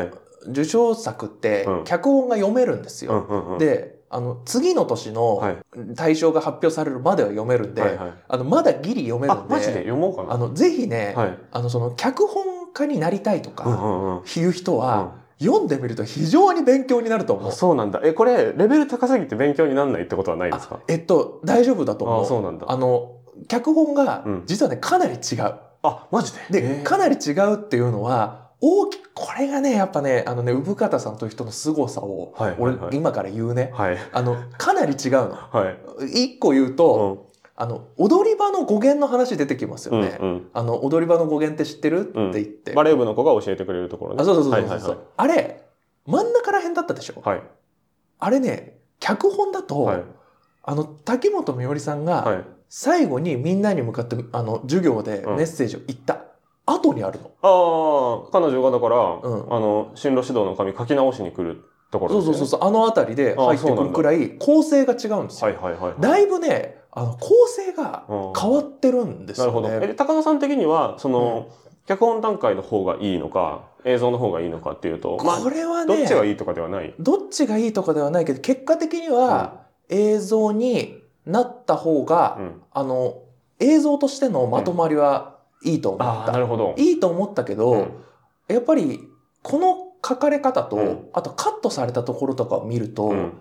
[SPEAKER 2] い。
[SPEAKER 3] 受賞作って
[SPEAKER 2] う、ん
[SPEAKER 3] 脚本が読めるんです
[SPEAKER 2] う
[SPEAKER 3] よ。
[SPEAKER 2] んうんうん。
[SPEAKER 3] で、あの、次の年
[SPEAKER 2] は
[SPEAKER 3] の
[SPEAKER 2] い、
[SPEAKER 3] 大賞が発表されるまでは読めるんで、
[SPEAKER 2] はいはい、
[SPEAKER 3] あの、まだギリ読める
[SPEAKER 2] あ
[SPEAKER 3] ん、で、
[SPEAKER 2] マジで読もうかな。
[SPEAKER 3] あの、ぜひね、
[SPEAKER 2] はい。
[SPEAKER 3] あの、その、脚本家になりたいとか、
[SPEAKER 2] うんうんうん。
[SPEAKER 3] いう人は、
[SPEAKER 2] あ
[SPEAKER 3] 読んでみると非常に勉強になると思う。
[SPEAKER 2] そうなんだ。え、これ、レベル高すぎて勉強にならないってことはないですか
[SPEAKER 3] えっと、大丈夫だと
[SPEAKER 2] あ
[SPEAKER 3] 思
[SPEAKER 2] あ、
[SPEAKER 3] う。
[SPEAKER 2] そうなんだ。
[SPEAKER 3] あの、脚本が
[SPEAKER 2] うん、
[SPEAKER 3] 実はね、かなり違う。
[SPEAKER 2] あ、マジで
[SPEAKER 3] で、かなり違うっていうのは、大きく、これがね、やっぱね、あのね、産方さんという人の凄さを、
[SPEAKER 2] はいはい
[SPEAKER 3] 俺
[SPEAKER 2] はい、
[SPEAKER 3] 今から言うね。
[SPEAKER 2] はい。
[SPEAKER 3] あの、かなり違うの。
[SPEAKER 2] はい。
[SPEAKER 3] 一個言うと、あの、踊り場の語源の話出てきます
[SPEAKER 2] う
[SPEAKER 3] よ
[SPEAKER 2] ん。
[SPEAKER 3] ね。
[SPEAKER 2] うんうん。
[SPEAKER 3] あの、踊り場の語源って知ってる、
[SPEAKER 2] うん
[SPEAKER 3] って言って。
[SPEAKER 2] バレー部の子が教えてくれるところね。
[SPEAKER 3] あ、そうそうそうそうそう、
[SPEAKER 2] はいはいはい
[SPEAKER 3] あれ、真ん中ら辺だったでしょ、
[SPEAKER 2] はい。
[SPEAKER 3] あれね、脚本だと、
[SPEAKER 2] はい。
[SPEAKER 3] あの、竹本美織さん
[SPEAKER 2] は
[SPEAKER 3] が、
[SPEAKER 2] い。
[SPEAKER 3] 最後にみんなに向かって、あの、授業で
[SPEAKER 2] うん
[SPEAKER 3] メッセージを言った後にあるの。
[SPEAKER 2] ああ、彼女がだから、
[SPEAKER 3] ん
[SPEAKER 2] あの、進路指導の紙書き直しに来るところ
[SPEAKER 3] そう
[SPEAKER 2] です
[SPEAKER 3] そ
[SPEAKER 2] よ
[SPEAKER 3] うそ
[SPEAKER 2] ね
[SPEAKER 3] うそう、あの辺りで入ってくるくらい構成が違うなんですよ。
[SPEAKER 2] はいはいはいはい。
[SPEAKER 3] だいぶね、あの構成が変わってるんです
[SPEAKER 2] な
[SPEAKER 3] よ
[SPEAKER 2] る
[SPEAKER 3] ね。
[SPEAKER 2] ほど。え、高田さん的には、その、脚本段階の方がいいのか、映像の方がいいのかっていうと、まあ、
[SPEAKER 3] これはね
[SPEAKER 2] どっちがいいとかではない。
[SPEAKER 3] どっちがいいとかではないけど、結果的には映像になった方が、
[SPEAKER 2] うん。
[SPEAKER 3] あの、映像としてのまとまりはいいと思
[SPEAKER 2] あ
[SPEAKER 3] っ
[SPEAKER 2] あ、な
[SPEAKER 3] た。
[SPEAKER 2] るほど。
[SPEAKER 3] いいと思ったけど、
[SPEAKER 2] うん
[SPEAKER 3] やっぱり、この書かれ方と、
[SPEAKER 2] うん
[SPEAKER 3] あとカットされたところとかを見ると、
[SPEAKER 2] うん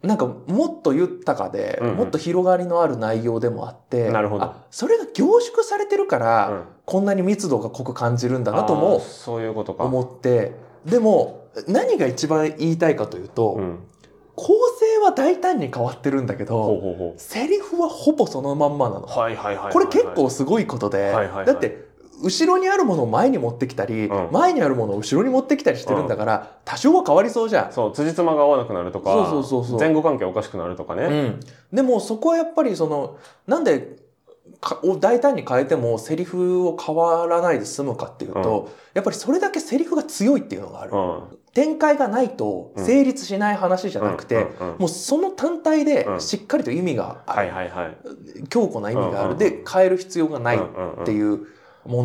[SPEAKER 3] なんかもっと豊かで、
[SPEAKER 2] うんうん
[SPEAKER 3] もっと広がりのある内容でもあって、
[SPEAKER 2] なるほど
[SPEAKER 3] あそれが凝縮されてるから、
[SPEAKER 2] うん
[SPEAKER 3] こんなに密度が濃く感じるんだなと
[SPEAKER 2] あー
[SPEAKER 3] も
[SPEAKER 2] そういうことか。
[SPEAKER 3] 思って、でも、何が一番言いたいかというと、
[SPEAKER 2] うん。
[SPEAKER 3] 構成は大胆に変わってるんだ
[SPEAKER 2] ほ
[SPEAKER 3] け
[SPEAKER 2] う
[SPEAKER 3] ど、
[SPEAKER 2] ほうほ
[SPEAKER 3] セリフはほぼそのまんまなの。
[SPEAKER 2] う。はいはいはいはいはい。
[SPEAKER 3] これ結構すごいことで、
[SPEAKER 2] いはいはい
[SPEAKER 3] だって後ろにあるものを前に持ってきたり、
[SPEAKER 2] うん
[SPEAKER 3] 前にあるものを後ろに持ってきたりしてるんだから、多少は変わりそうじゃん。
[SPEAKER 2] そう、辻褄が合わなくなるとか、
[SPEAKER 3] そうそうそうそう
[SPEAKER 2] 前後関係おかしくなるとか
[SPEAKER 3] う
[SPEAKER 2] ね。
[SPEAKER 3] ん、でもそこはやっぱりそのなんでかを大胆に変えてもセリフを変わらないで済むかっていうと、やっぱりそれだけセリフが強いっていうのがある。
[SPEAKER 2] うん。
[SPEAKER 3] 展開がないと成立しない話じゃなくて、
[SPEAKER 2] うんうんうん
[SPEAKER 3] もうその単体で
[SPEAKER 2] うん
[SPEAKER 3] しっかりと意味がある、
[SPEAKER 2] はいはいはい。
[SPEAKER 3] 強固な意味がある、
[SPEAKER 2] うん
[SPEAKER 3] で変える必要がない
[SPEAKER 2] っ
[SPEAKER 3] って
[SPEAKER 2] う
[SPEAKER 3] いうも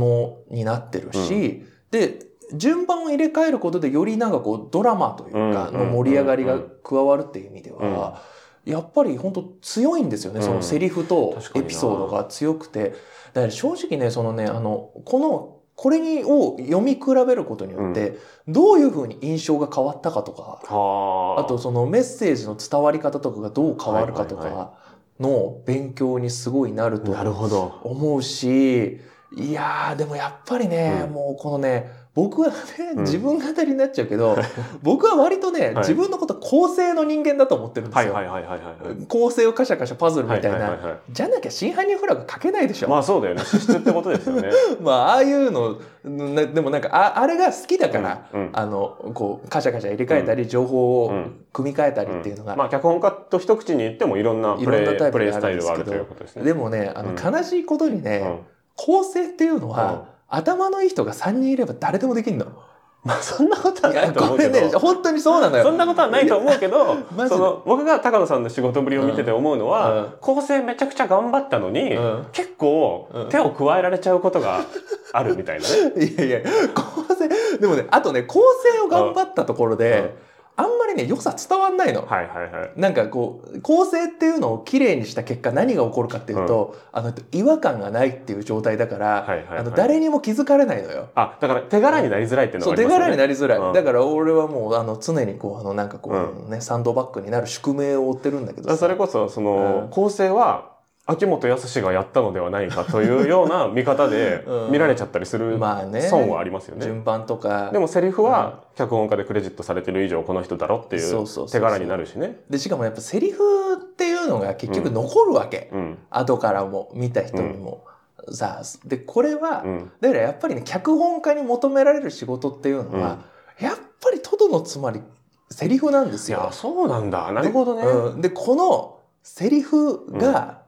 [SPEAKER 3] のになってるし、で順番を入れ替えることでよりなんかこうドラマというか
[SPEAKER 2] うん
[SPEAKER 3] の盛り上がり
[SPEAKER 2] う
[SPEAKER 3] が
[SPEAKER 2] んうん
[SPEAKER 3] 加わるっていう意味では、やっぱり本当強いんですよね、
[SPEAKER 2] うん
[SPEAKER 3] そのセリフと
[SPEAKER 2] 確か
[SPEAKER 3] エ
[SPEAKER 2] にな
[SPEAKER 3] ピソードが強くてだから正直ねそのねあのこのこれにを読み比べることによって、どういうふうに印象が変わったかとか
[SPEAKER 2] ん。はあ。
[SPEAKER 3] あと、そのメッセージの伝わり方とかがどう変わるかと
[SPEAKER 2] はいはい
[SPEAKER 3] かの勉強にすごいなると
[SPEAKER 2] なるほど。
[SPEAKER 3] 思うし、いやー、でもやっぱりね、
[SPEAKER 2] うん
[SPEAKER 3] もうこのね、僕はね
[SPEAKER 2] ん、
[SPEAKER 3] 自分語りになっちゃう けど、僕は割とね、
[SPEAKER 2] い
[SPEAKER 3] 自分のこと構成の人間だと思ってるんで
[SPEAKER 2] は
[SPEAKER 3] す
[SPEAKER 2] い
[SPEAKER 3] よ。
[SPEAKER 2] はいはいはいはい。
[SPEAKER 3] 構成をカシャカシャパズルみたいな。
[SPEAKER 2] はははは
[SPEAKER 3] じゃなきゃ真犯人フラグ書けないでしょ。
[SPEAKER 2] まあそうだよね。資質ってことですよね。
[SPEAKER 3] まあ、ああいうの、なでもなんか、ああれが好き だから、
[SPEAKER 2] うん、うん
[SPEAKER 3] あの、こう、カシャカシャ入れ替えたり、情報
[SPEAKER 2] う
[SPEAKER 3] を
[SPEAKER 2] ん
[SPEAKER 3] 組み替えたりっていうのが
[SPEAKER 2] まあ脚本家と一口に言ってもいろんなプ
[SPEAKER 3] いろ
[SPEAKER 2] レ
[SPEAKER 3] んな
[SPEAKER 2] イ
[SPEAKER 3] タイ
[SPEAKER 2] プ
[SPEAKER 3] プ
[SPEAKER 2] レイ
[SPEAKER 3] が
[SPEAKER 2] ス
[SPEAKER 3] あ
[SPEAKER 2] タ
[SPEAKER 3] る
[SPEAKER 2] イル
[SPEAKER 3] んです
[SPEAKER 2] があ
[SPEAKER 3] けど
[SPEAKER 2] るということですね。
[SPEAKER 3] でもね、あの、
[SPEAKER 2] うん
[SPEAKER 3] 悲しいことにね、
[SPEAKER 2] うん
[SPEAKER 3] 構成っていうのは、
[SPEAKER 2] うん
[SPEAKER 3] 頭のいい人が3人いれば誰でもできるの。
[SPEAKER 2] まあそんなことはいな
[SPEAKER 3] や、
[SPEAKER 2] いと思
[SPEAKER 3] こ
[SPEAKER 2] うけ
[SPEAKER 3] れ
[SPEAKER 2] ど。
[SPEAKER 3] ね、本当にそうなの
[SPEAKER 2] そん
[SPEAKER 3] よ。
[SPEAKER 2] なことはないと思うけど
[SPEAKER 3] マジで
[SPEAKER 2] その僕が高野さんの仕事ぶりを見てて思うのは、
[SPEAKER 3] うん
[SPEAKER 2] 構成めちゃくちゃ頑張ったのに、
[SPEAKER 3] うん
[SPEAKER 2] 結構
[SPEAKER 3] うん
[SPEAKER 2] 手を加えられちゃうことがあるみたいな ね。
[SPEAKER 3] いやいや、構成、でもね、あとね、構成を頑張ったところで、あんまりね、良さ伝わんないの。
[SPEAKER 2] はいはいはい。
[SPEAKER 3] なんかこう、構成っていうのを綺麗にした結果何が起こるかっていうと、あの、違和感がないっていう状態だから、
[SPEAKER 2] はいはいはい
[SPEAKER 3] あの、誰にも気づかれないのよ。
[SPEAKER 2] あだから手柄になりづらいっていうの
[SPEAKER 3] そ
[SPEAKER 2] があ
[SPEAKER 3] う
[SPEAKER 2] り
[SPEAKER 3] 手
[SPEAKER 2] ますよね。
[SPEAKER 3] 柄になりづらい、
[SPEAKER 2] うん
[SPEAKER 3] だから俺はもうあの常にこうあのなんかこう、ねサンドバッグになる宿命を負ってるんだけ
[SPEAKER 2] だ
[SPEAKER 3] ど
[SPEAKER 2] から
[SPEAKER 3] さ
[SPEAKER 2] それこそその、
[SPEAKER 3] うん
[SPEAKER 2] 構成は秋元康がやったのではないかというような見方で
[SPEAKER 3] うん
[SPEAKER 2] 見られちゃったりする
[SPEAKER 3] まあね
[SPEAKER 2] 損はありますよね。
[SPEAKER 3] 順番とか
[SPEAKER 2] でもセリフは脚本家でクレジットされてる以上この人だろってい
[SPEAKER 3] そううそうそう
[SPEAKER 2] 手柄になるしね。
[SPEAKER 3] でしかもやっぱセリフっていうのが結局残るわけ、
[SPEAKER 2] うん
[SPEAKER 3] 後からも見た人にも、さあでこれは、
[SPEAKER 2] うん
[SPEAKER 3] だからやっぱりね脚本家に求められる仕事っていうのは、やっぱりとどのつまりセリフなんです
[SPEAKER 2] いや
[SPEAKER 3] よ。
[SPEAKER 2] そうなんだな
[SPEAKER 3] な
[SPEAKER 2] るほどね。
[SPEAKER 3] うん、でこのセリフが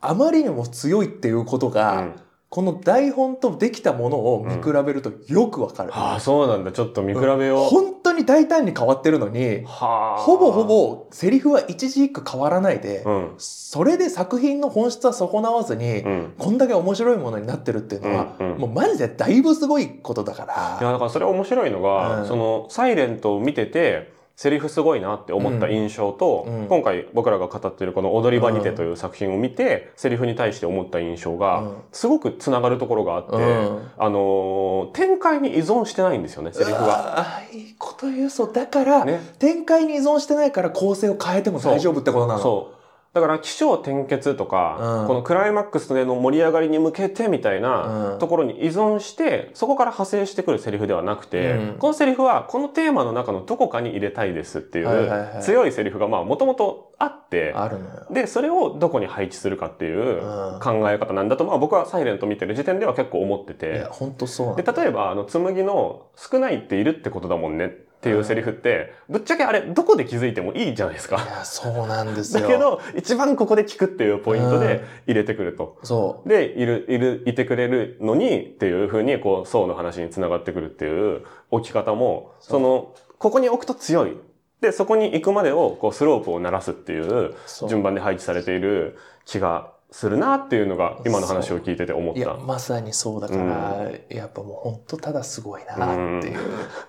[SPEAKER 3] あまりにも強いっていうことが、
[SPEAKER 2] うん
[SPEAKER 3] この台本とできたものを見比べるとよくわかる。
[SPEAKER 2] ああそうなんだちょっと見比べよう。
[SPEAKER 3] 本当に大胆に変わってるのに、
[SPEAKER 2] はあ
[SPEAKER 3] ほぼほぼセリフは一字一句変わらないで、
[SPEAKER 2] うん
[SPEAKER 3] それで作品の本質は損なわずに、
[SPEAKER 2] うん
[SPEAKER 3] こんだけ面白いものになってるっていうのは、
[SPEAKER 2] うんうん
[SPEAKER 3] もうマジでだいぶすごいことだか
[SPEAKER 2] い
[SPEAKER 3] ら。
[SPEAKER 2] やだからそれ面白いのが、
[SPEAKER 3] うん
[SPEAKER 2] その「サイレントを見ててセリフすごいなって思った印象と、
[SPEAKER 3] うんうん
[SPEAKER 2] 今回僕らが語ってるこの「踊り場にて」という作品を見て、セリフに対して思った印象が、
[SPEAKER 3] うん
[SPEAKER 2] すごくつながるところがあって、
[SPEAKER 3] うん
[SPEAKER 2] あのー展開に依存してないんですよねセリフが。
[SPEAKER 3] ああいいこと言うそうだから、
[SPEAKER 2] ね
[SPEAKER 3] 展開に依存してないから構成を変えても大丈夫ってことなの
[SPEAKER 2] そうだから起承転結とか、
[SPEAKER 3] うん
[SPEAKER 2] このクライマックスでの盛り上がりに向けてみたいな
[SPEAKER 3] うん
[SPEAKER 2] ところに依存してそこから派生してくるセリフではなくて、
[SPEAKER 3] うん
[SPEAKER 2] このセリフはこのテーマの中のどこかに入れたいですってい
[SPEAKER 3] はいはいは
[SPEAKER 2] う
[SPEAKER 3] い
[SPEAKER 2] 強いセリフがまあもともとあって
[SPEAKER 3] あるのよ
[SPEAKER 2] でそれをどこに配置するかっていう
[SPEAKER 3] うん
[SPEAKER 2] 考え方なんだとまあ僕は「サイレント見てる時点では結構思って
[SPEAKER 3] い
[SPEAKER 2] て
[SPEAKER 3] や本当そうなの
[SPEAKER 2] で例えばあの紬の「少ないっているってことだもんね」っていうセリフってぶっちゃけあれどこで気づいてもいいじゃないですか。
[SPEAKER 3] いやそうなんです
[SPEAKER 2] だ
[SPEAKER 3] よ
[SPEAKER 2] けど、一番ここで聞くっていうポイント
[SPEAKER 3] う
[SPEAKER 2] で
[SPEAKER 3] ん
[SPEAKER 2] 入れてくると。
[SPEAKER 3] そ
[SPEAKER 2] で、いる、いる、いてくれるのにっていうふうに、こう、層の話につながってくるっていう置き方も、
[SPEAKER 3] そ
[SPEAKER 2] そ
[SPEAKER 3] う
[SPEAKER 2] の、ここに置くと強い。で、そこに行くまでを、こう、スロープを鳴らすっていう
[SPEAKER 3] そう
[SPEAKER 2] 順番で配置されている気がするなっていうのが、今の話を聞いてて思っ
[SPEAKER 3] いや、
[SPEAKER 2] た。
[SPEAKER 3] まさにそうだから、やっぱもう本当ただすごいなっていう、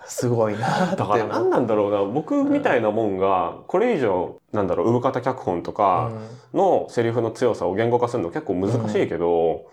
[SPEAKER 3] すごいなって
[SPEAKER 2] だから何なんだろうな、僕みたいなもんが、これ以上、なんだろう、産方脚本とか
[SPEAKER 3] うん
[SPEAKER 2] のセリフの強さを言語化するの結構難しいけど、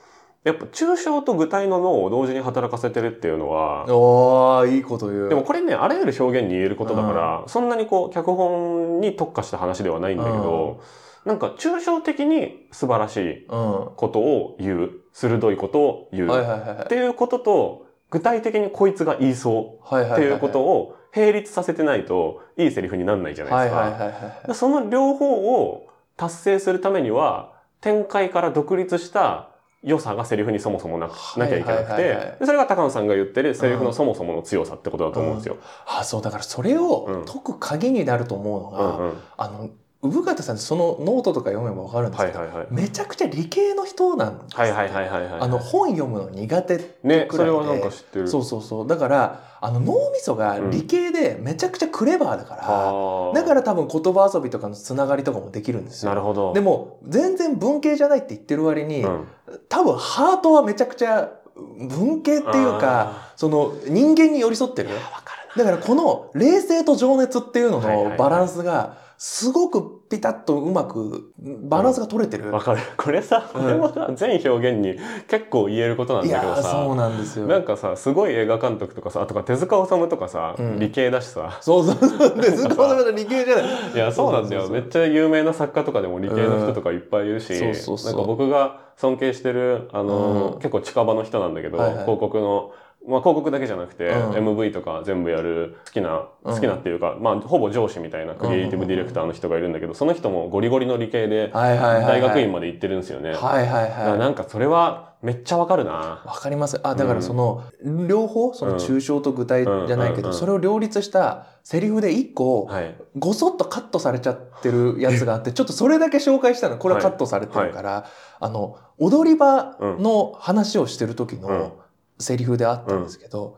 [SPEAKER 2] やっぱ抽象と具体の脳を同時に働かせてるっていうのは、
[SPEAKER 3] おーいいこと言う。
[SPEAKER 2] でもこれね、あらゆる表現に言えることだから、そんなにこう、脚本に特化した話ではないんだけど、なんか抽象的に素晴らしい
[SPEAKER 3] うん。
[SPEAKER 2] ことを言う、鋭いことを言う、
[SPEAKER 3] はい
[SPEAKER 2] っ
[SPEAKER 3] はいはい
[SPEAKER 2] ていうことと、具体的にこいつが言いそ
[SPEAKER 3] はいははは。
[SPEAKER 2] うっていうこと
[SPEAKER 3] を
[SPEAKER 2] を並立させてないと、いいセリフになんないじゃないで
[SPEAKER 3] はい
[SPEAKER 2] す
[SPEAKER 3] はい
[SPEAKER 2] か。
[SPEAKER 3] はいはい。
[SPEAKER 2] でその両方を達成するためには、展開から独立した良さがセリフにそもそもな
[SPEAKER 3] はい
[SPEAKER 2] なきゃいけなく
[SPEAKER 3] はいはいはい
[SPEAKER 2] て、でそれが高野さんが言ってるセリフのそもそもの強さってことだと思うんですよ。
[SPEAKER 3] あ、そう、だからそれ
[SPEAKER 2] う
[SPEAKER 3] を
[SPEAKER 2] ん
[SPEAKER 3] 解く鍵になると思うの
[SPEAKER 2] う
[SPEAKER 3] が、
[SPEAKER 2] んうん
[SPEAKER 3] あの、産方さんってそのノートとか読めばわかるんです
[SPEAKER 2] は
[SPEAKER 3] け
[SPEAKER 2] い
[SPEAKER 3] ど、
[SPEAKER 2] はいはい。
[SPEAKER 3] めちゃくちゃ理系の人なんです
[SPEAKER 2] はいはいはいはいはい。
[SPEAKER 3] あの、本読むの苦手
[SPEAKER 2] ね、
[SPEAKER 3] く
[SPEAKER 2] そ
[SPEAKER 3] らい
[SPEAKER 2] れ
[SPEAKER 3] で
[SPEAKER 2] はなんか知ってる。。
[SPEAKER 3] そううそうそう。だから、あの脳みそが理系でめちゃくちゃクレバーだから、
[SPEAKER 2] ああ。
[SPEAKER 3] だから多分言葉遊びとかのつながりとかもできるんですよ。
[SPEAKER 2] なるほど。
[SPEAKER 3] でも、全然文系じゃないって言ってる割に、
[SPEAKER 2] うん、
[SPEAKER 3] 多分ハートはめちゃくちゃ文系っていうか、その人間に寄り添ってる。
[SPEAKER 2] あー、わかる
[SPEAKER 3] だからこの冷静と情熱っていうの
[SPEAKER 2] はいはいは
[SPEAKER 3] の
[SPEAKER 2] い
[SPEAKER 3] バランスがすごくピタッとうまくバランスが取れてる。
[SPEAKER 2] わかる。これさ、これもさ、全表現に結構言えることなん
[SPEAKER 3] い
[SPEAKER 2] だ
[SPEAKER 3] や
[SPEAKER 2] けど
[SPEAKER 3] ーそう
[SPEAKER 2] さ。
[SPEAKER 3] なんですよ。
[SPEAKER 2] なんかさ、すごい映画監督とかさ、あとか手塚治虫とかさ、
[SPEAKER 3] うん
[SPEAKER 2] 理系だしさ。
[SPEAKER 3] そうそう そう。で、ずっとまだ理系じゃない。
[SPEAKER 2] いや、そうなんだ
[SPEAKER 3] そう
[SPEAKER 2] よ。
[SPEAKER 3] そうそう
[SPEAKER 2] めっちゃ有名な作家とかでも理系の人とかいっぱいいるし、
[SPEAKER 3] うんそうそうそう
[SPEAKER 2] なんか僕が尊敬してる、あの、
[SPEAKER 3] うん
[SPEAKER 2] 結構近場の人なんだけど、
[SPEAKER 3] はいはい
[SPEAKER 2] 広告の、まあ広告だけじゃなくて、
[SPEAKER 3] うん
[SPEAKER 2] MV とか全部やる好きな、
[SPEAKER 3] うん
[SPEAKER 2] 好きなっていうか、まあほぼ上司みたいなクリエイティブディレクターの人がいるんだけど、その人もゴリゴリの理系で、
[SPEAKER 3] はいはいはい、はい。
[SPEAKER 2] 大学院まで行ってるんですよね。
[SPEAKER 3] はいはい
[SPEAKER 2] だから
[SPEAKER 3] はい。
[SPEAKER 2] なんかそれはめっちゃわかるな。
[SPEAKER 3] わかります。あ、だからその、両方、その抽象と具体じゃない
[SPEAKER 2] う
[SPEAKER 3] けど、
[SPEAKER 2] んうんうん
[SPEAKER 3] それを両立したセリフで一個、
[SPEAKER 2] はい。
[SPEAKER 3] ごそっとカットされちゃってるやつがあって、ちょっとそれだけ紹介したの、これはカットされてるから、あの、踊り場の話をしてる時
[SPEAKER 2] うん
[SPEAKER 3] のセリフであったんですけど、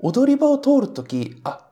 [SPEAKER 3] 踊り場を通る時、あ、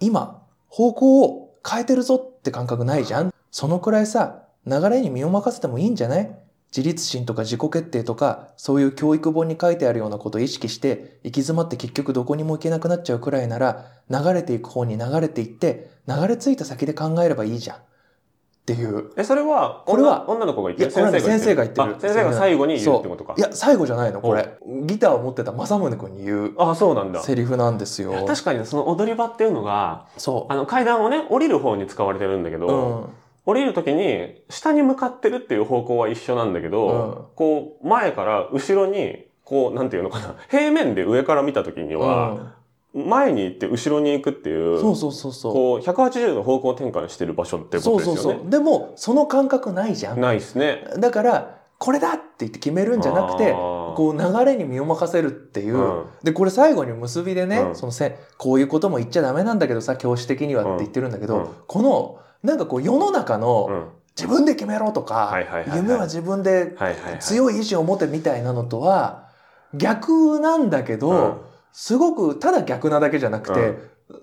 [SPEAKER 3] 今、方向を変えてるぞって感覚ないじゃんそのくらいさ、流れに身を任せてもいいんじゃない自立心とか自己決定とか、そういう教育本に書いてあるようなことを意識して、行き詰まって結局どこにも行けなくなっちゃうくらいなら、流れていく方に流れていって、流れ着いた先で考えればいいじゃん。っていう。
[SPEAKER 2] え、それは、
[SPEAKER 3] これは
[SPEAKER 2] 女女の子が言ってる。
[SPEAKER 3] いやこれはね
[SPEAKER 2] あ
[SPEAKER 3] 先
[SPEAKER 2] 先
[SPEAKER 3] 生
[SPEAKER 2] 生
[SPEAKER 3] が言ってる
[SPEAKER 2] が最後に言うってことか
[SPEAKER 3] い。や、最後じゃないの、これ。ギターを持ってた正宗君に言う
[SPEAKER 2] あ、そうなんだ。
[SPEAKER 3] セリフなんですよ。
[SPEAKER 2] 確かにねその踊り場っていうのが、
[SPEAKER 3] そ
[SPEAKER 2] あの階段をね、降りる方に使われてるんだけ
[SPEAKER 3] う。う
[SPEAKER 2] ど、
[SPEAKER 3] ん。
[SPEAKER 2] 降りる時に下に向かってるっていう方向は一緒なんだけど、こう前から後ろに、こうなんていうのかな、平面で上から見た時には、前に行って後ろに行くっていうう、
[SPEAKER 3] んそうそうそうそう。
[SPEAKER 2] こう180度方向転換してる場所ってこと
[SPEAKER 3] そう
[SPEAKER 2] ですよ
[SPEAKER 3] そう
[SPEAKER 2] ね。
[SPEAKER 3] そう。でも、その感覚ないじゃん。
[SPEAKER 2] ないですね。
[SPEAKER 3] だから、これだって言って決めるんじゃなくて、
[SPEAKER 2] あー
[SPEAKER 3] こう流れに身を任せるっていう。
[SPEAKER 2] うん
[SPEAKER 3] で、これ最後に結びでね、
[SPEAKER 2] うん
[SPEAKER 3] そのせ、こういうことも言っちゃダメなんだけどさ、教師的にはって言ってるんだけど、
[SPEAKER 2] うんうん
[SPEAKER 3] この、なんかこう世の中の、
[SPEAKER 2] うん
[SPEAKER 3] 自分で決めろとか、
[SPEAKER 2] はいはいはいはい
[SPEAKER 3] 夢は自分で
[SPEAKER 2] はいはいはい。
[SPEAKER 3] 強い意志を持てみたいなのとは、逆なんだけど、
[SPEAKER 2] うん
[SPEAKER 3] すごくただ逆なだけじゃなくて、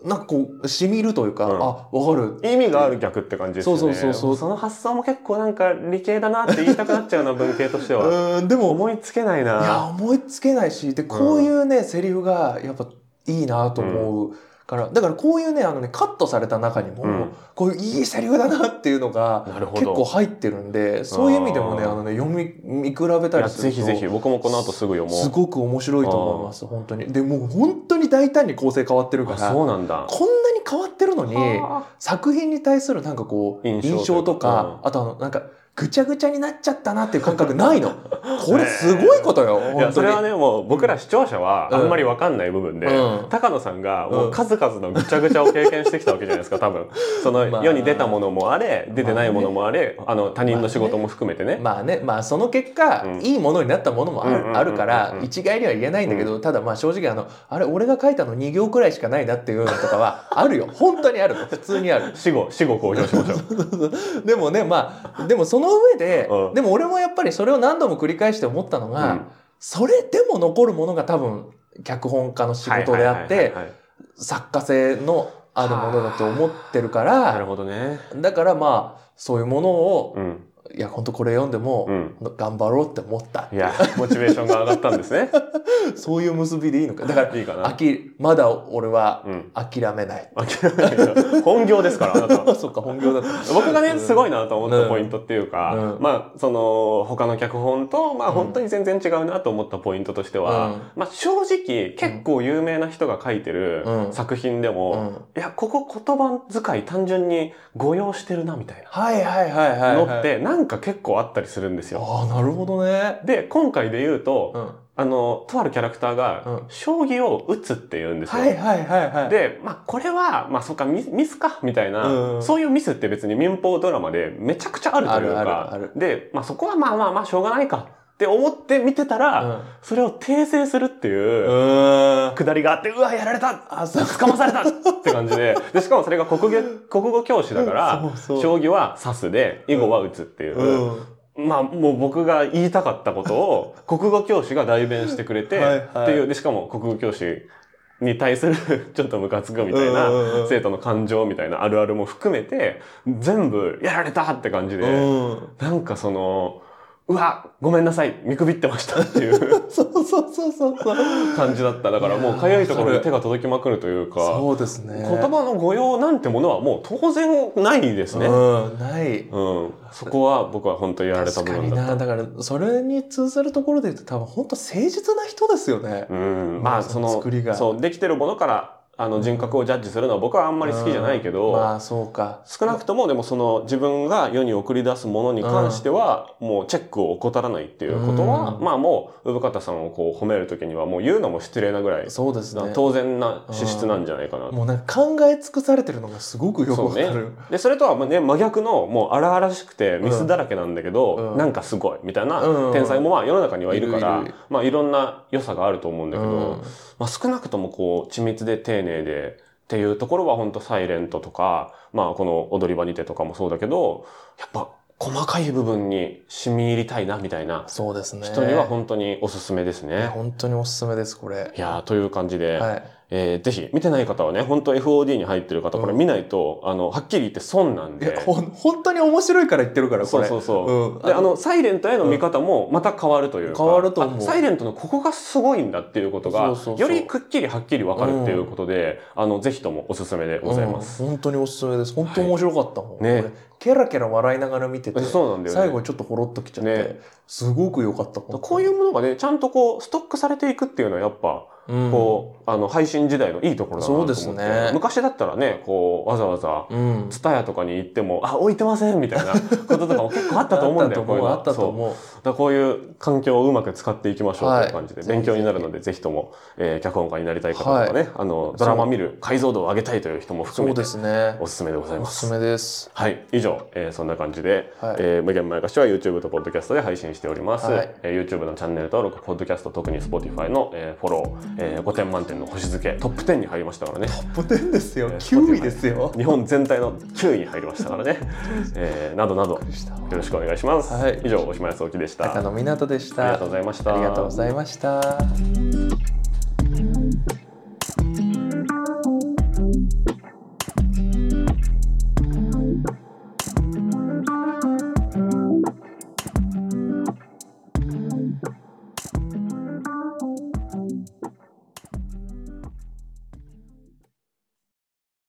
[SPEAKER 3] なんかこう、染みるというか、
[SPEAKER 2] うん
[SPEAKER 3] あ、わかる。
[SPEAKER 2] 意味がある逆って感じですよね。
[SPEAKER 3] そうそうそうそう
[SPEAKER 2] その発想も結構なんか理系だなって言いたくなっちゃうな、文系としては。
[SPEAKER 3] うん、でも、
[SPEAKER 2] 思いつけない
[SPEAKER 3] いや
[SPEAKER 2] な。
[SPEAKER 3] 思いつけないしでこういうね、セリフがやっぱいいなと思うから、だからこういうねあのねカットされた中にも、
[SPEAKER 2] うん
[SPEAKER 3] こういういいセリフだなっていうのが
[SPEAKER 2] なるほど。
[SPEAKER 3] 結構入ってるんでそういう意味でもね
[SPEAKER 2] あ
[SPEAKER 3] あ
[SPEAKER 2] ー
[SPEAKER 3] のね読み見比べ
[SPEAKER 2] い
[SPEAKER 3] た
[SPEAKER 2] や
[SPEAKER 3] りす
[SPEAKER 2] ぜ
[SPEAKER 3] る
[SPEAKER 2] ひ
[SPEAKER 3] と
[SPEAKER 2] ぜひ、僕もこの後すぐ読もう。
[SPEAKER 3] すごく面白いと思います本当に。でもう本当に大胆に構成変わってるか
[SPEAKER 2] あ
[SPEAKER 3] ら
[SPEAKER 2] そうなんだ。
[SPEAKER 3] こんなに変わってるのに
[SPEAKER 2] は
[SPEAKER 3] 作品に対するなんかこう
[SPEAKER 2] 印
[SPEAKER 3] 印
[SPEAKER 2] 象
[SPEAKER 3] 象とか、あとあのなんかぐちゃぐちゃになっちゃったなっていう感覚な いのこれすごいことよ、
[SPEAKER 2] あいや、
[SPEAKER 3] 本当
[SPEAKER 2] そ
[SPEAKER 3] に
[SPEAKER 2] れはね、もう僕ら視聴者は
[SPEAKER 3] うん
[SPEAKER 2] あんまりわかんない部分で、
[SPEAKER 3] うん
[SPEAKER 2] 高野さんがもううん数々のぐちゃぐちゃを経験してきたわけじゃないですか、多分。そ
[SPEAKER 3] ま
[SPEAKER 2] の
[SPEAKER 3] あ
[SPEAKER 2] 世に出たものもあれ、出てないものもあれ、
[SPEAKER 3] まあね
[SPEAKER 2] あの他人の仕事も含めてね。
[SPEAKER 3] まあね、まあその結果、
[SPEAKER 2] うん
[SPEAKER 3] いいものになったものもあ
[SPEAKER 2] うんうんうんうん
[SPEAKER 3] るあるから、一概には言えないんだけど、ただまあ正直あの、あれ、俺が書いたの2行くらいしかないなっていうのとかは、 あるよ。本当にあるの。普通にある。
[SPEAKER 2] 死後、死後公表しましょう。
[SPEAKER 3] でもね、まあ、でもその上で、
[SPEAKER 2] うん
[SPEAKER 3] でも俺もやっぱりそれを何度も繰り返して思ったのが、
[SPEAKER 2] うん
[SPEAKER 3] それで も残るものが多分、脚本家の仕事であ
[SPEAKER 2] は
[SPEAKER 3] っ
[SPEAKER 2] いはい
[SPEAKER 3] て
[SPEAKER 2] はい、はい
[SPEAKER 3] 作家性のあるものだと思ってるか
[SPEAKER 2] なる
[SPEAKER 3] ら、
[SPEAKER 2] ほどね。
[SPEAKER 3] だからまあ、そういうものを、
[SPEAKER 2] うん。
[SPEAKER 3] いや、本当これ読んで
[SPEAKER 2] う
[SPEAKER 3] も、
[SPEAKER 2] ん。
[SPEAKER 3] 頑張ろうって思った
[SPEAKER 2] い。や、モチベーションが上がったんですね。
[SPEAKER 3] そういう結びでいいのか。 だから、
[SPEAKER 2] いいか
[SPEAKER 3] あ
[SPEAKER 2] な。
[SPEAKER 3] き、まだ俺は
[SPEAKER 2] うん。
[SPEAKER 3] 諦めない。
[SPEAKER 2] 諦めないと本業ですから、あなたは。
[SPEAKER 3] そっか、本業だった。
[SPEAKER 2] 僕が
[SPEAKER 3] う
[SPEAKER 2] ね、
[SPEAKER 3] ん
[SPEAKER 2] すごいなと思ったポイントっていう
[SPEAKER 3] うん
[SPEAKER 2] か
[SPEAKER 3] う、ん
[SPEAKER 2] まあ、その、他の脚本と、まあ、
[SPEAKER 3] うん
[SPEAKER 2] 本当に全然違うなと思ったポイントとして
[SPEAKER 3] う
[SPEAKER 2] は、
[SPEAKER 3] ん
[SPEAKER 2] まあ、正直、結構有名な人が書いてる
[SPEAKER 3] うん
[SPEAKER 2] 作品でも、
[SPEAKER 3] うん
[SPEAKER 2] いや、ここ言葉遣い単純に誤用してるな、みたい
[SPEAKER 3] はいはいはいは。
[SPEAKER 2] ないのって、なんか結構あったりするんですよ。
[SPEAKER 3] ああ、なるほどね。
[SPEAKER 2] で、今回で言うと、
[SPEAKER 3] うん。
[SPEAKER 2] あの、とあるキャラクター
[SPEAKER 3] う
[SPEAKER 2] が
[SPEAKER 3] ん、
[SPEAKER 2] 将棋を打つって言うんですよ。
[SPEAKER 3] はいはいはいはい。、
[SPEAKER 2] で、まあ、これは、まあ、そっか、ミスミスか、みたいな、
[SPEAKER 3] うん
[SPEAKER 2] そういうミスって別に民放ドラマでめちゃくちゃあるというか、
[SPEAKER 3] あるあるある
[SPEAKER 2] で、まあ、そこはまあまあまあ、しょうがないかって思って見てたら、
[SPEAKER 3] う
[SPEAKER 2] それを訂正するっていう、
[SPEAKER 3] ん。うん。
[SPEAKER 2] くだりがあって、うわ、やられた
[SPEAKER 3] あ、そう
[SPEAKER 2] 捕まされたって感じ で、で、しかもそれが国語、国語教師だから、
[SPEAKER 3] そうそう
[SPEAKER 2] 将棋は指すで、囲碁は打つっていう、
[SPEAKER 3] うん。
[SPEAKER 2] まあ、もう僕が言いたかったこと を、国語教師が代弁してくれて、
[SPEAKER 3] はいはい
[SPEAKER 2] っていう、で、しかも国語教師に対する、 ちょっとムカつくみたいな
[SPEAKER 3] うんうんうん、
[SPEAKER 2] 生徒の感情みたいなあるあるも含めて、全部やられたって感じで、
[SPEAKER 3] う。
[SPEAKER 2] なんかその、うわ、ごめんなさい、見くびってましたっていうん
[SPEAKER 3] そうそうそうそうそう。
[SPEAKER 2] 感じだった。だからもうかゆいところに手が届きまくるというか、
[SPEAKER 3] そうですね。
[SPEAKER 2] 言葉の誤用なんてものはもう当然ないですね。
[SPEAKER 3] うん、ない。
[SPEAKER 2] うん。そこは僕は本当にやられた
[SPEAKER 3] 確
[SPEAKER 2] 部
[SPEAKER 3] か
[SPEAKER 2] 分
[SPEAKER 3] に
[SPEAKER 2] だった
[SPEAKER 3] な。だから、それに通ずるところで言うと、多分、本当誠実な人ですよね。
[SPEAKER 2] うん、まあ
[SPEAKER 3] そ
[SPEAKER 2] そ
[SPEAKER 3] の
[SPEAKER 2] の
[SPEAKER 3] 作りが
[SPEAKER 2] そうできてるものからあの人格をジャッジするのは僕はあんまり好きじゃないけど、
[SPEAKER 3] うんまあ、そうか。
[SPEAKER 2] 少なくともでもその自分が世に送り出すものに関しては、もうチェックを怠らないっていうことは、
[SPEAKER 3] うん
[SPEAKER 2] まあもう生方さんをこう褒める時にはもう言うのも失礼なぐらい、
[SPEAKER 3] そうですね。
[SPEAKER 2] 当然な資質なんじゃないかなと。
[SPEAKER 3] もうなんか考え尽くされてるのがすごくよくわか
[SPEAKER 2] そ
[SPEAKER 3] る。
[SPEAKER 2] でそれとはまあね真逆のもう荒々しくてミスだらけなんだけど、
[SPEAKER 3] うん
[SPEAKER 2] なんかすごいみたい
[SPEAKER 3] うん
[SPEAKER 2] な天才もまあ世の中にはいるから
[SPEAKER 3] いるいる
[SPEAKER 2] まあ、いろんな良さがあると思うんだけど、
[SPEAKER 3] うん
[SPEAKER 2] まあ、少なくともこう緻密で丁寧でっていうところは本当サイレントとか、まあこの踊り場にてとかもそうだけど、やっぱ細かい部分に染み入りたいなみたいな
[SPEAKER 3] そうですね。
[SPEAKER 2] 人には本当におすすめですね。
[SPEAKER 3] 本当におすすめです、これ。
[SPEAKER 2] いやーという感じで、
[SPEAKER 3] はい。
[SPEAKER 2] えーぜひ見てない方はね、本当 FOD に入ってる方、これ見ないと、あの、はっきり言って損なん
[SPEAKER 3] い
[SPEAKER 2] で
[SPEAKER 3] や、。ほん本当に面白いから言ってるから、こ
[SPEAKER 2] そう
[SPEAKER 3] れ。
[SPEAKER 2] そうそう。
[SPEAKER 3] うん
[SPEAKER 2] で、あの、サイレントへの見方もまた変わるというか、
[SPEAKER 3] 変わると思う
[SPEAKER 2] あサイレントのここがすごいんだっていうことが、
[SPEAKER 3] そうそうそう
[SPEAKER 2] よりくっきりはっきりわかるっていうことで、あの、ぜひともおすすめでございます。
[SPEAKER 3] うん本当におすすめです。本当面白かったも
[SPEAKER 2] は
[SPEAKER 3] ん。
[SPEAKER 2] いね
[SPEAKER 3] 俺ケラケラ笑いながら見てて、
[SPEAKER 2] えそうなんだよね。
[SPEAKER 3] 最後ちょっとほろっときちゃって、
[SPEAKER 2] ね
[SPEAKER 3] すごく良かったもん。
[SPEAKER 2] こういうものがね、ちゃんとこう、ストックされていくっていうのはやっぱ、
[SPEAKER 3] うん
[SPEAKER 2] こう、あの、配信時代のいいところだなと思って。
[SPEAKER 3] そうですね
[SPEAKER 2] 昔だったらね、こう、わざわざ、
[SPEAKER 3] うん。
[SPEAKER 2] ツタヤとかに行っても、あ、置いてませんみたいなこととかも結構あったと思うんだよ、こういうの
[SPEAKER 3] あったと思う。
[SPEAKER 2] だからこういう環境をうまく使っていきましょう
[SPEAKER 3] はい
[SPEAKER 2] という感じで、
[SPEAKER 3] ぜひ
[SPEAKER 2] 勉強になるので、ぜひとも、えー脚本家になりたい方とかね、あの、ドラマ見る解像度を上げたいという人も
[SPEAKER 3] そ
[SPEAKER 2] 含
[SPEAKER 3] う
[SPEAKER 2] めて
[SPEAKER 3] で、すね。
[SPEAKER 2] おすすめでござい
[SPEAKER 3] お
[SPEAKER 2] ますす。
[SPEAKER 3] すめです。
[SPEAKER 2] はい。以上、えーそんな感じで、
[SPEAKER 3] はい
[SPEAKER 2] えー無限前貸しは YouTube と Podcast で配信しております。
[SPEAKER 3] はい
[SPEAKER 2] えー YouTube のチャンネル登録、Podcast、特に Spotify の、えーフォロー、えー5点満点の星付け、トップ10に入りましたからね。
[SPEAKER 3] ポテンですよ。
[SPEAKER 2] えー
[SPEAKER 3] 9位ですよ。
[SPEAKER 2] 日本全体の9位に入りました からね。えーなどなど、よろしくお願いします。
[SPEAKER 3] はい
[SPEAKER 2] 以上、大島康之でした。
[SPEAKER 3] 高
[SPEAKER 2] あ
[SPEAKER 3] 野湊でし
[SPEAKER 2] り
[SPEAKER 3] た。
[SPEAKER 2] がとうございました。
[SPEAKER 3] ありがとうございました。